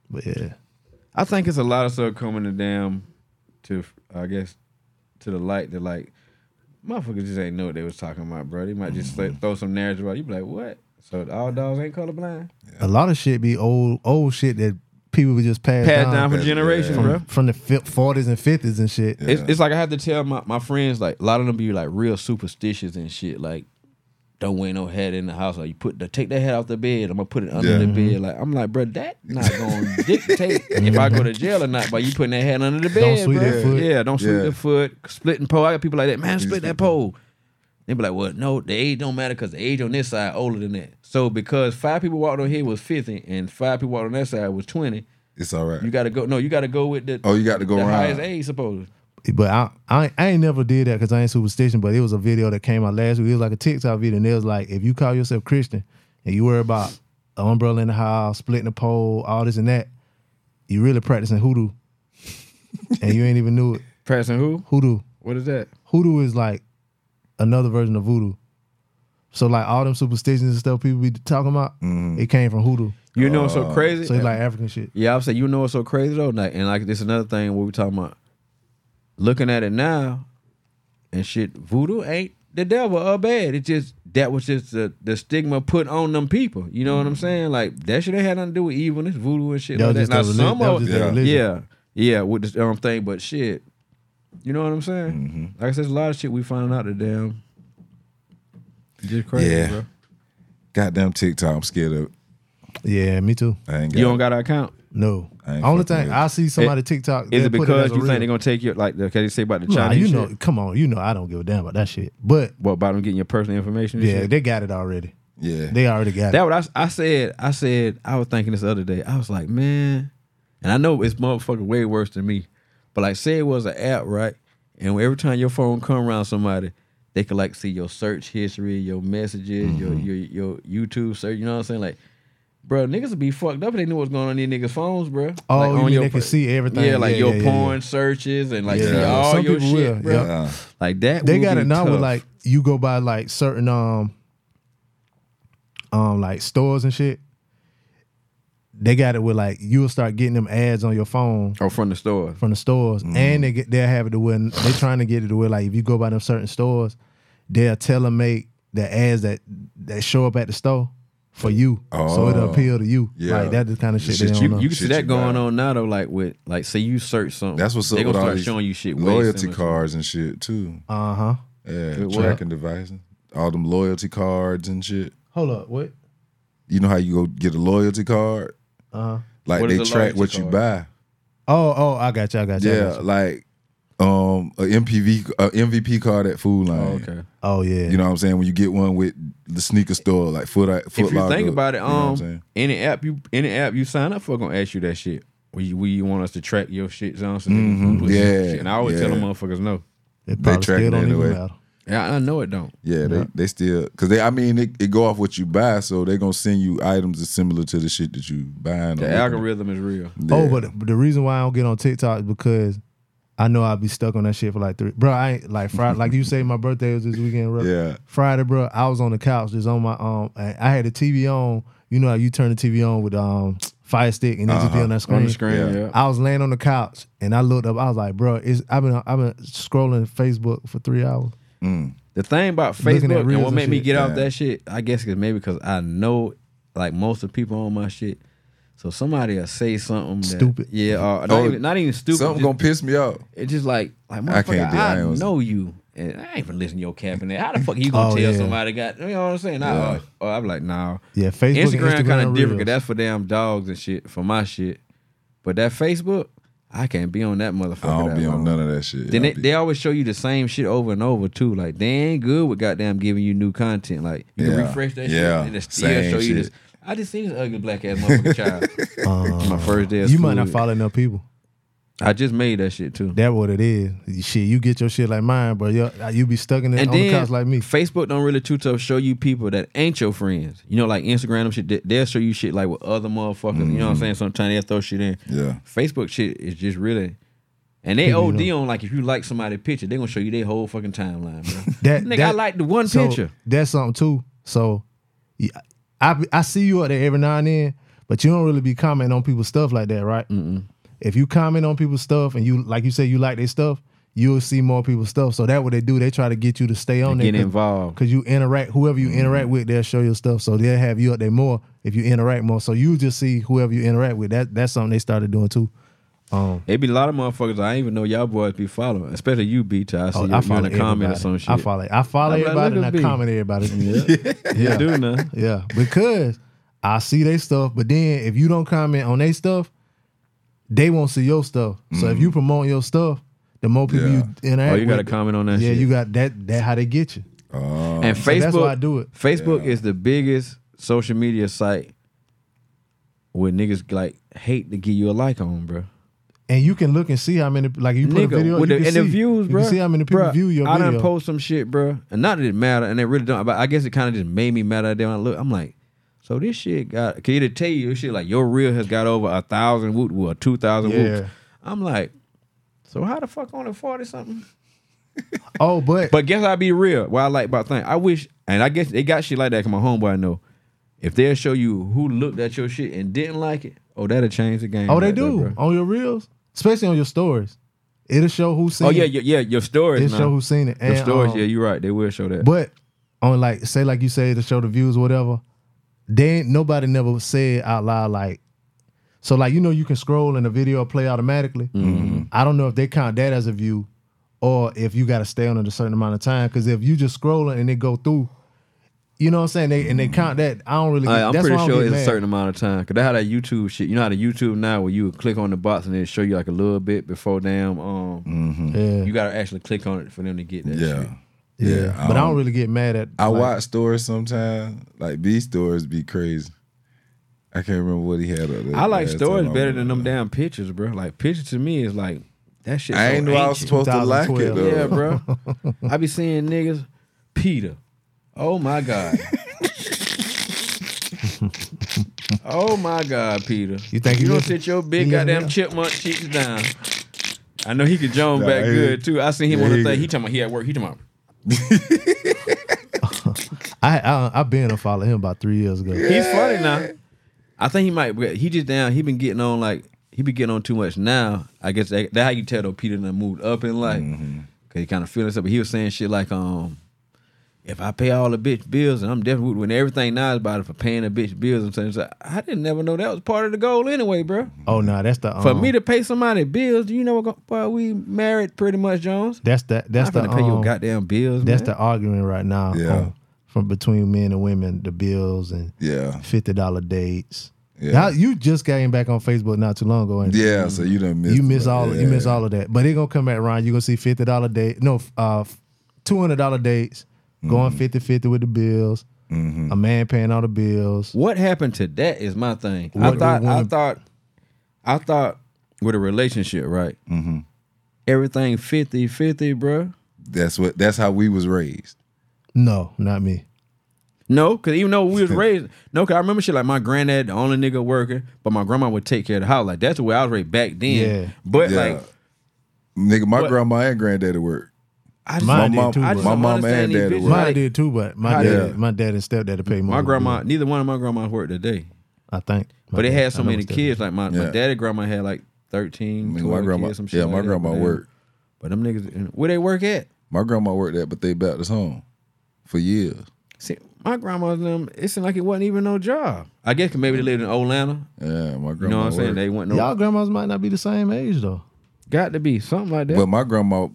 but yeah,
I think it's a lot of stuff coming to damn to I guess to the light that like motherfuckers just ain't know what they was talking about, bro. They might just
Mm-hmm.
like, throw some narrative out. You be like, what? So all dogs ain't colorblind?
a lot of shit be old old shit that people would just pass,
Passed
down,
down for
Yeah.
generations, bro.
from, from the forties and fifties and shit.
Yeah.
It's, it's like I have to tell my, my friends, like, a lot of them be like real superstitious and shit. Like, don't wear no hat in the house. Like, you put the, take that hat off the bed. I'm gonna put it under
Yeah. Mm-hmm.
the bed. Like, I'm like, bro, that not gonna dictate if I
Mm-hmm.
go to jail or not by you putting that hat under the bed.
Don't sweep
bruh.
that foot.
Yeah, don't sweep
Yeah.
the foot. Splitting pole. I got people like that. Man, split
split
that pole. They be like, well, no, the age don't matter because the age on this side older than that. So because five people walked on here was 50 and five people walked on that side was 20,
it's all right.
you gotta go, no, you gotta go with the,
oh, you got to go
the highest
around.
age, supposedly.
But I, I I ain't never did that because I ain't superstition. But it was a video that came out last week. It was like a TikTok video, and it was like if you call yourself Christian and you worry about an umbrella in the house, splitting the pole, all this and that, you really practicing hoodoo. and you ain't even knew it.
Passing who?
Hoodoo.
What is that?
Hoodoo is like another version of voodoo. So like all them superstitions and stuff people be talking about,
Mm-hmm.
it came from hoodoo.
You know what's so crazy?
Uh, So it's like African shit.
Yeah, I'm saying you know what's so crazy though, like, and like this is another thing where we talking about looking at it now and shit. Voodoo ain't the devil or bad. It's just that was just the, the stigma put on them people. You know what I'm saying? Like that shit ain't had nothing to do with evilness, voodoo and shit
Mm-hmm. That was
like
just
that. Now
their
some
relig- that was
of
just their
Yeah.
religion.
yeah, yeah, with this um thing, but shit. You know what I'm saying?
Mm-hmm.
Like I said, there's a lot of shit we finding out the damn. Just crazy,
Yeah.
bro.
Goddamn TikTok, I'm scared of. it.
Yeah, me too.
I ain't got.
You don't got an account.
No.
I ain't
Only
fucking
thing
with
I
it.
see somebody TikTok.
Is
they
it
put as
because
a
you
real.
think they're gonna take your like the okay, they say about the
Nah,
Chinese?
you
shit?
know, come on, you know I don't give a damn about that shit. But
What about them getting your personal information? And
yeah,
shit?
they got it already.
yeah.
They already got
that
it.
what I, s- I said. I said I was thinking this the other day. I was like, man, and I know it's motherfucking way worse than me, but like, say it was an app, right? And every time your phone come around somebody, they could like see your search history, your messages,
Mm-hmm.
your your your YouTube search. You know what I'm saying? Like, bro, niggas would be fucked up if they knew what's going on in these niggas' phones, bro.
Oh,
like,
you mean they
pro-
could see everything?
Yeah, like
Yeah,
your
yeah, yeah,
porn searches and like
Yeah.
see all
Some
your
people
shit,
will,
bro.
yeah.
Uh,
Like that.
They
would
got
be
it now
tough.
with like you go by like certain um um like stores and shit. They got it with like you'll start getting them ads on your phone
Oh,
or from the store.
from the stores,
Mm.
and they get they have it to where they trying to get it to where like if you go by them certain stores, they'll tell them make the ads that that show up at the store for you, so it'll
Oh.
appeal to you.
Yeah.
Like that's the kind of shit
shit
they don't
you-
know.
You can see
Shit
that
you
going
buy.
on now though, like with like say you search something.
that's what's up.
They
with
gonna
all
start
these
showing you shit. way
Loyalty
similar to-
cards and shit too.
uh huh.
Yeah,
Good work.
tracking devices. All them loyalty cards and shit.
Hold up, what?
You know how you go get a loyalty card?
Uh huh.
Like
What is
they
a
track
loyalty
what you
card?
buy.
Oh, oh, I got you. I got you. I
Yeah,
got you.
like um a MPV a MVP card at Food Line.
Oh, okay.
Oh yeah.
You know what I'm saying? When you get one with the sneaker store, like Foot Foot
If you
Locker,
think about it,
you know what I'm
um,
saying?
any app you any app you sign up for gonna ask you that shit. We we you want us to track your shit, Johnson?
Mhm, yeah,
And I always tell
yeah.
them motherfuckers no.
It probably
track
still
it
don't even
anyway.
matter.
Yeah, I know it don't.
Yeah, they, they still because they I mean it, it go off what you buy, so they're gonna send you items that's similar to the shit that you buying.
The
or looking
algorithm is real.
at.
Oh,
Yeah.
but but the reason why I don't get on TikTok is because I know I'll be stuck on that shit for like three. Bro, I ain't like Friday. like you say, my birthday was this weekend. Bro.
Yeah.
Friday, bro, I was on the couch just on my um. I I had the TV on. You know how you turn the TV on with um Fire Stick and it just be on that screen.
Uh-huh. On the screen, yeah.
Yeah.
I was laying on the couch and I looked up. I was like, bro, it's I've been I've been scrolling Facebook for three hours.
The thing about
Looking at
Facebook and
reels
what
and
made me
shit.
get off
Yeah.
that shit, I guess, cause maybe because I know like most of the people on my shit. So somebody will say something that-
Stupid.
Yeah, or not,
Oh,
even, not even stupid.
Something
just-
gonna piss me off.
It's just like, like
I
motherfucker,
can't do it. I
I,
ain't
know you, and I ain't even listen to your cap in there. How the fuck you gonna
Oh,
tell
yeah.
somebody got? You know what I'm saying? Nah, oh, I'm like, nah.
Yeah, Facebook, and
Instagram,
Instagram
kind of different.
Reels.
'cause That's for damn dogs and shit. For my shit, but that Facebook, I can't be on that motherfucker.
I don't
that
be on
long.
none of that shit.
Then
I
they,
be-
they always show you the same shit over and over too. Like they ain't good with goddamn giving you new content. Like you can
Yeah.
refresh that
Yeah.
shit and it still
Same
show you
shit.
this. I just seen this ugly black ass motherfucker child. my first day. Of
Um, You
school.
might not follow enough people.
I just made that shit too.
That what it is. Shit, you get your shit like mine, bro. You, you be stuck in it
and
on
then
the couch like me.
Facebook don't really too tough show you people that ain't your friends. You know, like Instagram and shit. they- They'll show you shit like with other motherfuckers. You
Mm-hmm.
know what I'm saying? Sometimes they'll throw shit in.
yeah.
Facebook shit is just really. And they
People, you
OD on like if you like somebody's picture, they gonna show you their whole fucking timeline, bro.
That
Nigga,
that,
I like the one
so
picture.
That's something too. So, yeah, I I see you out there every now and then, but you don't really be commenting on people's stuff like that, right? If you comment on people's stuff and you like you say you like their stuff, you'll see more people's stuff. So that what they do, they try to get you to stay on there
Get
'cause-
involved. Mm-hmm.
Cause you interact, whoever you interact with, they'll show your stuff. So they'll have you up there more if you interact more. So you just see whoever you interact with. That that's something they started doing too. Um,
It be a lot of motherfuckers I ain't even know y'all boys be following, especially you, B. till I see
Oh,
you, you
I
in
follow
a comment or
everybody.
some shit.
I follow. I follow
I'm like, look
everybody and I
at B.
comment everybody.
You do nothing.
Yeah, because I see their stuff, but then if you don't comment on their stuff, they won't see your stuff. So if you promote your stuff, the more people you interact
Mm-hmm. Oh, you got to
with,
comment on that.
yeah,
shit.
you got that. That how they get you.
Oh,
And
So
Facebook,
that's why I do it.
Facebook is the biggest social media site where niggas like hate to give you a like on, bro.
And you can look and see how many like you put a
Nigga,
video
with
you
the,
can
and
see,
the views, bro.
You can see how many people
Bruh,
view your
I done
video.
post some shit, bro, and not that it matter, and they really don't. But I guess it kind of just made me mad at them. I look, I'm like, so this shit got. Can either tell you this shit like your reel has got over a thousand whoop or two thousand
Yeah.
whoops. I'm like, So how the fuck only forty something?
Oh, but,
But guess I be real. What I like about things, I wish, and I guess they got shit like that. Cause my homeboy I know, if they'll show you who looked at your shit and didn't like it, oh that'll change the game.
oh, they
right there,
do
bro.
on your reels, especially on your stories. It'll show who seen.
Oh yeah,
it.
yeah, yeah. Your stories,
it'll
now.
show who seen it.
your
And,
stories.
um,
yeah, you're right. They will show that.
But on like say like you say to show the views or whatever, they ain't nobody never said out loud like so like you know you can scroll and the video play automatically.
Mm-hmm.
I don't know if they count that as a view or if you gotta stay on it a certain amount of time. Cause if you just scrolling and it go through, you know what I'm saying? They and they count that. I don't really get,
Mm-hmm. I, am
that's
pretty
why I don't
sure
get
it's a
mad.
certain amount of time. Cause they how that YouTube shit. You know how the YouTube now where you would click on the box and it show you like a little bit before damn um
yeah.
you gotta actually click on it for them to get that
Mm-hmm. Yeah.
shit.
yeah.
yeah, I
But I
don't-
don't really get mad at
I
like,
watch stories sometimes. Like these stories be crazy. I can't remember what he had up there.
I like
last
stories
time I
better
went
than them
up.
damn pictures, bro. Like pictures to me is like that shit.
I
so
ain't knew I was
ancient.
supposed to like it
2012.
though.
Yeah, bro. I be seeing niggas, Peter. Oh my god. oh my god, Peter.
You think
you
he
don't
listen-
sit your big
he listen
goddamn
now?
chipmunk cheeks down? I know he could jump
Nah,
back
he-
good too. I seen him
yeah,
on the
he
thing.
good.
He talking about he at work. He talking about.
I I I been unfollowed him about three years ago.
He's funny now. I think he might. He just down. He been getting on like he been getting on too much now. I guess that, that how you tell though Peter done moved up in life
Mm-hmm.
because he kind of feeling something. But he was saying shit like um. If I pay all the bitch bills and I'm definitely when everything now is about it for paying the bitch bills, I'm saying it's like, I didn't never know that was part of the goal anyway, bro.
Oh no, that's the um,
For me to pay somebody bills, do you know what? go- Boy, we married pretty much, Jones.
that's the that's
I'm
the
gonna pay your
um,
goddamn bills.
That's
man.
the argument right now.
Yeah.
on- from between men and women, the bills and
Yeah,
fifty dollar dates.
Yeah.
Now, you just came back on Facebook not too long ago, ain't you?
yeah. So you done missed.
You miss all
Yeah.
you miss all of that, but it gonna come back around. You gonna see fifty dollar date, no, uh, two hundred dollar dates, going
Mm-hmm.
50-50 with the bills. A man paying all the bills.
What happened to that is my thing.
What
I
do
thought,
we
I
wanna-
thought, I thought with a relationship, right? Mm-hmm. Everything 50 50, bro.
That's what. That's how we was raised.
No, not me.
No, because even though we was raised, no, because I remember shit like my granddad, the only nigga working, but my grandma would take care of the house. Like, that's the way I was raised back then.
Yeah.
But,
Yeah.
like,
Nigga, my
What-
grandma and granddaddy work.
I just,
Mine
my mom,
too,
my
bro. I just
mom and
understand these
daddy
bitches.
work.
Mine
Like-
did too, but my
How-
dad,
Yeah.
my dad and stepdad paid
my
more. than
grandma,
me,
neither one of my grandmas worked today,
I think, My
but they
dad-
had so
I know
many
my stepdad.
kids. Like, my, my
Yeah.
daddy grandma had like 13,
Nigga,
12
my grandma.
kids, some shit.
Yeah,
like
my
that,
grandma
but they-
worked.
But them niggas, where they work at?
My grandma worked at, but they bought us home for years.
See, my grandma's them. It seemed like it wasn't even no job. I guess 'cause maybe they lived in Atlanta.
Yeah, my grandma.
You know what I'm saying?
worked.
They went no.
Y'all grandmas might not be the same age though.
got to be something like that.
But my grandma,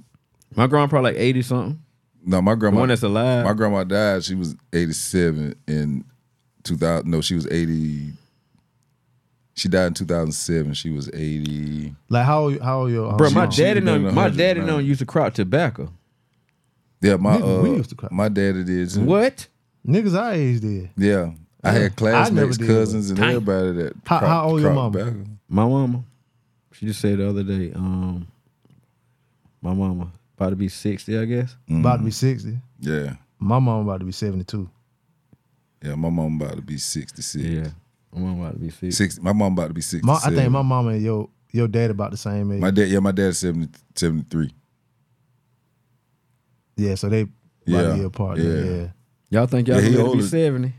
my grandma probably like eighty something.
no, my
The
grandma.
one that's alive.
My grandma died. She was 87 in 2000. No, she was 80. She died in 2007. She was 80.
Like how how old your um,
Bro, my
mom?
daddy
been in
done,
the
my
hundreds,
daddy
man.
done used to crop tobacco.
Yeah, my
Nigga, we
uh,
used to cry.
my daddy did too.
What?
Niggas our age did.
Yeah, I had
never
classmates,
did.
cousins, and
Dang.
everybody that.
How-
crop-
how old your
crop
mama?
back.
My mama. She just said the other day. Um, my mama about to be sixty, I guess.
Mm-hmm.
About to be sixty.
Yeah,
My mom about to be seventy two.
yeah. My mom about to be 66.
Yeah, my mama about to be sixty.
Six. My mom about to be 67.
My, I think my mama and your your dad about the same age.
My dad. Yeah, my dad's 70, 73.
yeah, so they about
Yeah,
a year apart. Yeah.
yeah.
yeah.
Y'all think y'all
Yeah, he
gonna live to
older.
be seventy?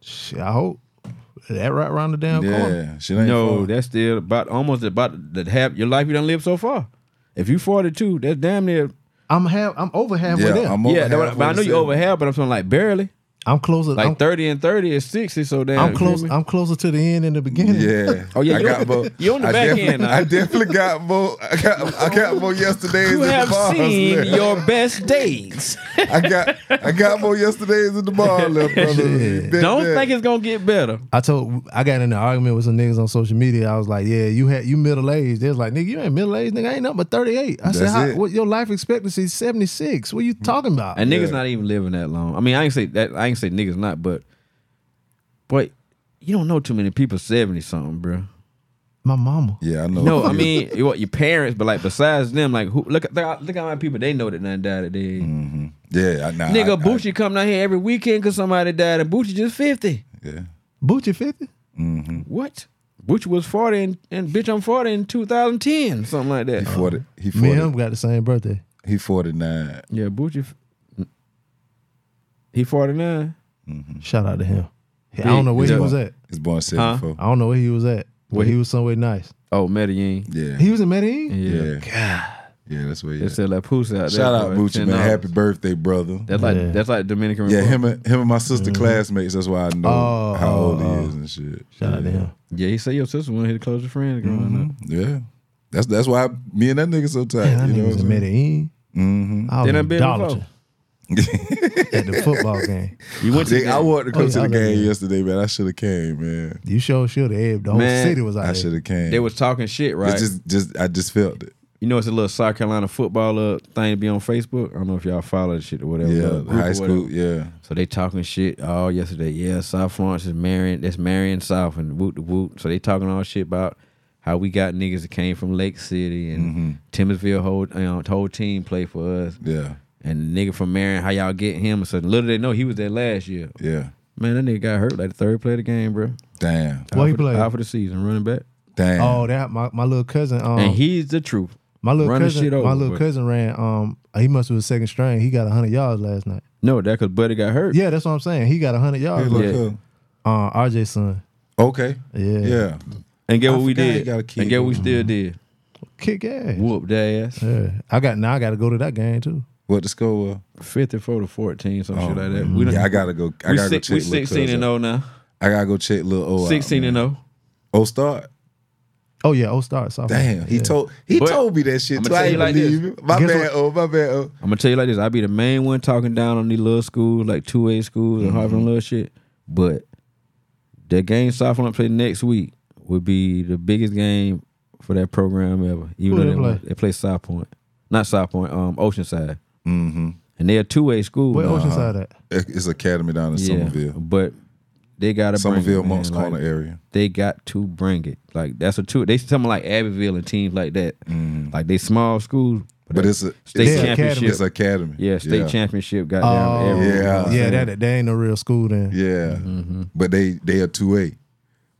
Shit, I hope that right around the damn corner.
Yeah, she ain't.
No,
far.
that's still about almost about the half your life you done lived so far. If you forty two, that's damn near
I'm half. I'm over halfway
Yeah,
there. I'm,
I'm over
yeah. that what-
halfway
but I know you
to
over half, but I'm saying like barely,
closer.
like
I'm,
thirty and thirty is sixty. So damn,
I'm
you
close.
feel me?
I'm closer to the end than the beginning.
Yeah.
Oh, yeah,
I
you on-
got more.
you on the
I
back
definitely-
end now.
I definitely got more. I got I got more yesterdays
You
in the
have
bar.
seen
left.
your best days.
I got I got more yesterdays in the bar left, brother.
Shit.
That-
Don't
that-
think it's gonna get better.
I told. I got in an argument with some niggas on social media. I was like, "Yeah, you had you middle aged." They was like, "Nigga, you ain't middle aged. Nigga, I ain't nothing but 38." I said,
That's
How,
it.
"What your life expectancy is 76? What you talking about?"
And niggas
Yeah.
not even living that long. I mean, I ain't say that. I ain't say niggas not, but but you don't know too many people seventy something, bro.
my mama.
Yeah, I know.
No, I mean you- what your parents, but like besides them, like who look at look at how many people they know that done died today.
yeah, Mm, I, nah,
Nigga,
I,
Bucci come down here every weekend because somebody died, and Bucci just 50.
I, yeah,
Bucci 50?
What? Which was 40 and, and bitch, I'm 40 in 2010, something like
He
that.
forty. He
Me and
forty.
him got the same birthday.
He forty nine.
Yeah, Bucci. f- He 49.
Shout out to him. I don't know where he
Yeah.
was at.
He's born seventy four.
I don't know where he was at. But
Wait.
he was somewhere nice.
Oh, Medellin.
Yeah.
He was in Medellin.
yeah.
Yeah.
yeah. That's what.
They
Yeah.
sell that pussy out there.
Shout out
for
Bucci,
$10.
man. Happy birthday, brother.
That's Mm-hmm. like
Yeah.
that's like Dominican
yeah,
Republic.
him and him and my sister classmates. That's why I know
Oh,
how old
oh,
he is and shit.
Shout out to him.
Yeah, he said your sister one of his closest friends growing
Mm-hmm.
up.
Yeah, that's that's why me and that nigga so tight.
Man, I
you
knew
know
he was
what
in
I'm saying?
Medellin.
Mhm.
I was
Then I
in
been
Dollar
before.
Tree at the football game.
You went to
Jake, I wanted to
Oh,
come
yeah,
to
I
the
love
game
that.
yesterday, man. I should have came, man.
You sure should have. The whole
Man,
city was out
I
there.
should have came.
they was talking shit, right?
It's just just I just felt it.
you know, it's a little South Carolina football uh, thing to be on Facebook. I don't know if y'all follow that shit or whatever.
Yeah,
uh,
the
group or
high
whatever.
school. Yeah,
So they talking shit all yesterday. Yeah, South Florence is marrying. That's marrying South and woot the woot. So they talking all shit about how we got niggas that came from Lake City
Mm-hmm.
and Timminsville whole you know, whole team played for us.
yeah,
And the nigga from Marion, how y'all get him? So little they know he was there last year.
yeah.
Man, that nigga got hurt like the third play of the game, bro.
Damn,
What
Out for
he
the-
played?
out for the season, running back.
damn.
Oh, that my, my little cousin. Um,
and he's the truth.
my little
run the
cousin.
shit over,
my little
but-
cousin ran. Um, he must have been second string. He got hundred yards last night.
No, that cause Buddy got hurt.
Yeah, that's what I'm saying. He got hundred
Hey,
yards.
look,
yeah.
huh?
Uh, RJ son.
Okay.
Yeah.
Yeah.
And get
I
what we
forgot he
did.
got a
And
kid.
get what we still did.
Kick ass.
Whoop their ass.
Mm-hmm. Yeah. I got now. I got to go to that game too.
What the score was?
Fifty four to fourteen, some shit like that.
We
We done,
Oh, yeah, I gotta go. I
we,
gotta
six,
go
we
check. Lil
sixteen
Cuz
and
out.
zero now.
I gotta go check little O. out,
Sixteen and
man.
zero.
O start.
Oh yeah, old star. sophomore.
Damn, he
Yeah.
told he
But-
told me that shit.
I'ma
Too. I
tell you
ain't
like
believe you. My
Guess
bad.
what-
Oh, my bad. Oh.
I'm gonna tell you like this: I be the main one talking down on these little schools, like two A schools and
Mm-hmm.
Harvard and little shit. But that game South Florida play next week would be the biggest game for that program ever. Even though
Who they
they,
play?
won- they play South Point, not South Point, um, Oceanside,
Mm-hmm.
and they're a two A school.
Where
now.
Oceanside at?
It's academy down in
yeah,
Oh, Somerville,
but they gotta
Somerville,
bring it, man.
Monk's
Like,
Corner area.
they got to bring it. Like that's a two. They something like Abbeville and teams like that. Like they small schools,
Mm. But it's a
state
it's a-
academy.
championship.
It's academy.
yeah, state championship. Goddamn.
Oh,
everywhere.
Yeah.
yeah. That that ain't no real school then.
Yeah,
Mm-hmm.
but they they are two A,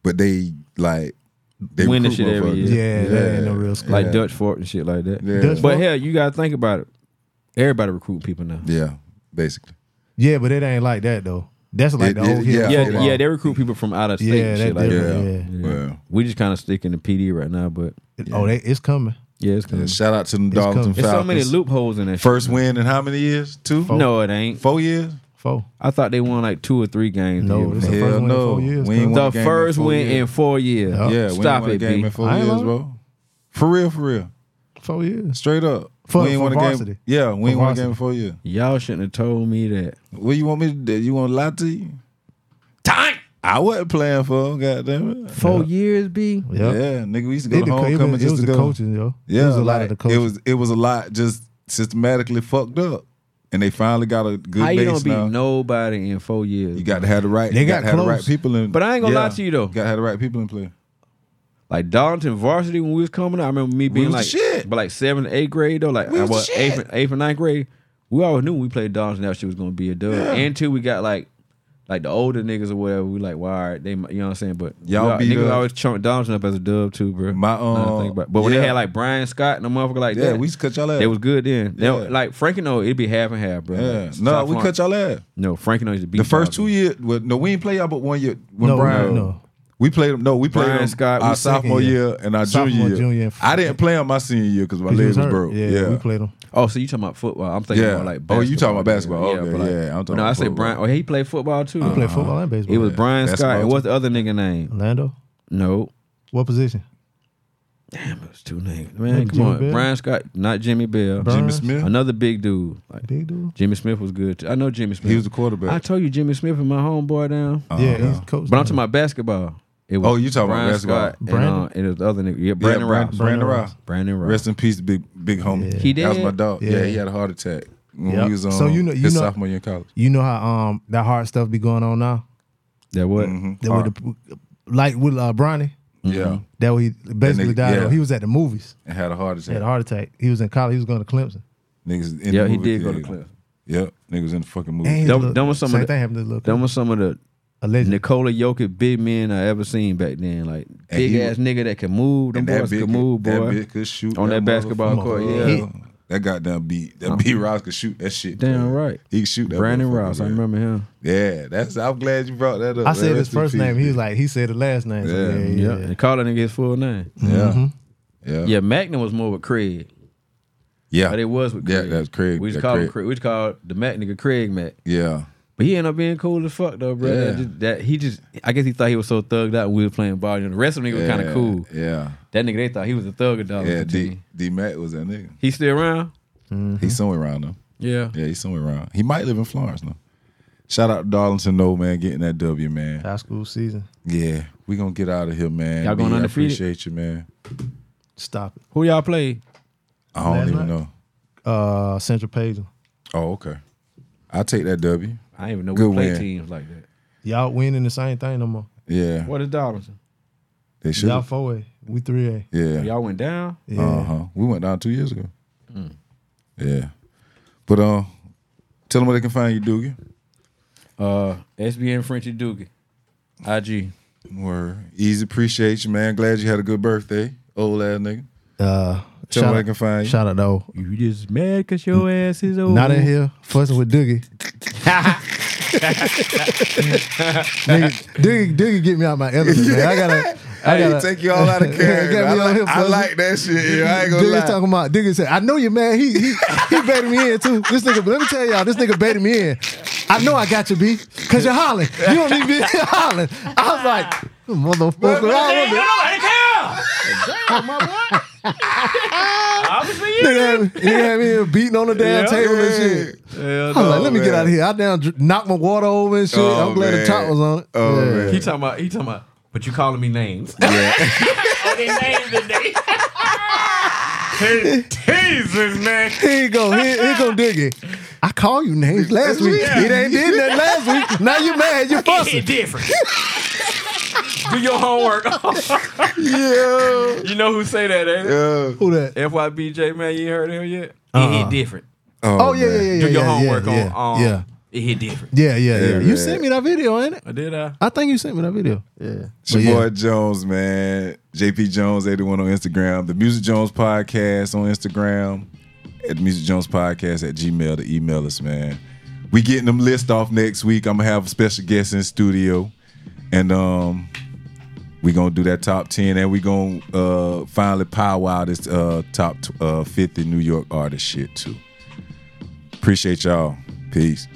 but they like they
Win the
recruit
shit every
motherfuckers.
Yeah,
year.
that ain't no real school.
like
Yeah.
Dutch Fort and shit like that.
Yeah.
Dutch-
But hell, you gotta think about it. Everybody recruit people now.
Yeah, basically.
Yeah, but it ain't like that though. That's like
It-
the old
it-
hill
yeah,
Yeah,
football.
yeah, they recruit people from out of state
Yeah,
and
that
shit like
different.
Yeah,
that.
Yeah.
Well,
We just kind of stick in the PD right now, but
Oh, they, it's coming.
yeah, it's
yeah,
kind of.
shout out to the Darlington
coming.
There's so
Falcons.
many loopholes in that. shit.
First win in how many years? Two, four,
No, it ain't.
years.
Four.
I thought they won like two or three games. the year
No,
before.
it's the
Hell
first one in
no.
four years.
We ain't
cuz.
won
the
a game in
first
four
win
years.
in four years.
Yeah.
Yeah, we
stop
ain't won a
it,
game
B.
in four
I ain't
years,
lying.
bro. For real, for real,
Four years.
straight up.
For-
we ain't
for
won a
varsity.
game. Yeah, we ain't won a
varsity.
game in four years.
Y'all shouldn't have told me that.
What you want me to do? You want to lie to you? Time. I wasn't playing for him. Goddamn it.
Four years, B.
Yep.
Yeah, nigga, we used to
They
go
the,
to
co- it
homecoming
was, it
just
was
to
the
go.
coaching, yo.
Yeah,
it was a lot
like,
of the coaching.
It was it was a lot just systematically fucked up, and they finally got a good
How you
base
don't be
now.
nobody in four years?
you got to have the right.
They
you gotta
got
have the right
close.
people in.
But I ain't gonna lie to you, though.
Got to have the right people in play.
Like Darlington varsity when we was coming up, I remember me being
was the
like,
shit.
but like seventh, eighth grade though, like
We
I
was the
was
shit.
eighth, eighth and ninth grade. We always knew when we played Darlington that shit was gonna be a dub. Until we got like, like the older niggas or whatever, we like, well, all right, they, might- you know what I'm saying? But
Y'all
we all-
beat
niggas
us.
always chunk Darlington up as a dub too, bro.
My,
Now that I
um,
think about it. but when
yeah.
they had like Brian Scott and the motherfucker like
Yeah,
that,
we used to cut y'all ass.
they was good then. They
Yeah.
were- like Frankie, no, it'd be half and half, bro.
yeah,
Like,
no,
South
we
Florida-
cut y'all ass.
No, Frankie, no, used to beat
The first
y'all,
two years, well, no, we ain't play y'all, but one year when
No,
Brian,
no.
we played them. No, we played
Brian
them
Scott
our
was
sophomore
second
year.
year.
and our
Sophomore,
junior year.
junior, and-
I didn't play on my senior year because my
He
leg was,
was hurt.
broke.
Yeah, we played him.
Oh, so you talking about football? I'm thinking
Yeah.
about like
Oh,
basketball.
you talking about basketball. Okay,
but, like-
yeah, I'm talking
No, I
about
said
football.
Brian. Oh, he played football too.
He
Uh-huh.
played football and baseball.
It was Brian
Basketball,
Scott. And
too.
what's the other nigga name?
Orlando.
No.
What position?
Damn, it was two names. Man, come
Jimmy
on.
Bell?
Brian Scott, not Jimmy Bell.
Brian-
Jimmy
Burns.
Smith.
Another big dude. Like
Big dude.
Jimmy Smith was good. Too. I know Jimmy Smith.
He was the quarterback.
I told you Jimmy Smith and my homeboy down.
Uh,
yeah, he's coach.
but I'm talking about basketball. It was
Oh, you talking about
Brian
basketball.
Scott
Brandon?
And, uh, and it was the other nigga. Yeah, Brandon
yeah, Brand-
Ross.
Brandon
Brandon
Ross.
Ross.
Brandon Ross.
Rest in peace, big big homie.
Yeah.
He
That was
did?
my dog. Yeah.
Yeah.
he had a heart attack when
Yep.
he was on
So you know- you
his
know-
sophomore year in college.
You know how um that hard stuff be going on now.
that what?
Mm-hmm.
That with the, like with uh, Bronny.
Mm-hmm.
Yeah,
That he basically
nigga-
died.
yeah.
on. He was at the movies.
and had a heart
He had
attack.
a heart attack. He was in college. He was going to Clemson.
Niggas in
Yeah,
the
he
movie
did go to
theater.
Cliff.
Yep, niggas in the fucking movie.
And his
theater.
Them-
little-
them was some of
same
the-
thing happened to little.
Them were some of the
Allegedly.
Nikola Jokic, big men I ever seen back then. Like big
he-
ass nigga that can move. Them boys can move,
that
boy.
bitch could shoot
On that basketball
motherfucker.
court, yeah. Uh-huh.
Yeah. That goddamn beat, that beat Ross could shoot that shit.
Damn
man.
right.
He could shoot that.
Brandon
motherfucker,
Ross, I
man.
remember him.
Yeah, that's. I'm glad you brought that up.
I
man.
said his
Rest in
first
peace,
name. He was
bitch.
like, he said the last name. So
Yeah. Uh,
yeah, yeah,
Yeah, and call that nigga his full name.
Mm-hmm.
yeah, yeah, yeah,
Yeah, Magnum was more with Craig.
yeah.
But it was with
Yeah,
Craig.
that was Craig.
We used to
That
call him
Craig.
Craig. We used to call the Mac nigga Craig Mac.
yeah.
But he ended up being cool as fuck though, bro. That,
Yeah.
just- that- he just I guess he thought he was so thugged out when we were playing ball. And the rest of them niggas was kinda cool.
Yeah,
That nigga they thought he was a thug dog.
yeah. D D Mac was that nigga.
He still around? Mm-hmm.
He's somewhere around though.
Yeah.
Yeah, he's somewhere around. He might live in Florence though. Shout out to Darlington though, man, getting that W, man.
High school season.
Yeah, we gonna get out of here, man.
Y'all going
D, I
undefeated?
appreciate you, man.
Stop it.
Who y'all played?
I don't
Last
even
night?
know.
Uh, Central Page.
Oh, okay. I'll take that W.
I didn't even know
Good
we played
win.
teams like that.
Y'all winning the same thing no more.
Yeah,
What is Donaldson?
they should.
Y'all four A. We three A.
Yeah,
Y'all went down?
Yeah.
Uh huh. We went down two years ago. Hmm. Yeah, but um, tell them where they can find you, Doogie.
Uh SBN Frenchy Doogie. IG.
Word. Easy, appreciate you, man. Glad you had a good birthday, old ass nigga.
Uh,
Tell them where
shout,
they
out,
can find you.
shout out though.
You just mad cause your ass is old.
Not in here fussing with Doogie. Nigga, Doogie, Doogie, get me out my element, man. I gotta, I
Hey,
gotta.
take you all out of character.
Got
I,
me on here
like, I
fussing.
like that shit. yo. I ain't gonna
Doogie
lie.
talking about Doogie said, I know you man. He he he baited me in too. This nigga, let me tell y'all, this nigga baited me in. I know I got you, B, cause you're hollering. You don't need me hollering. I was like, motherfucker, I don't want to. Nigga had me- He had me here beating on the damn table and shit.
Hell
I was
no.
like, let me
Oh, man.
get out of here. I down dr- knocked my water over and shit.
Oh,
I'm glad
man.
the top was on it.
Oh,
Yeah.
man.
He talking about he talking about but you calling me names.
Oh,
Here you go. Here, here go Diggy. I call you names last week.
Yeah.
It ain't did that last week. Now you mad. You fussing.
different.
Do your homework.
Yeah.
you know who say that, ain't it?
Yeah.
Who that?
FYBJ man, you ain't heard him yet?
It hit different.
Oh, yeah, yeah, Uh-uh. yeah, yeah.
Do your
yeah,
homework
yeah,
on, um,
um,
on.
Yeah.
It hit different.
Yeah, yeah, yeah.
Yeah,
You
man.
sent me that video, ain't it?
I did I?
I think you sent me that video. Yeah.
It's
But
your boy
yeah.
Jones, man. JP Jones, 81 on Instagram. The Music Jones Podcast on Instagram. At the Music Jones Podcast at Gmail to email us, man. We getting them list off next week. I'm gonna have a special guest in studio. And um we gonna do that top 10 and we gonna uh finally powwow this uh top uh 50 New York artist shit too. Appreciate y'all. Peace.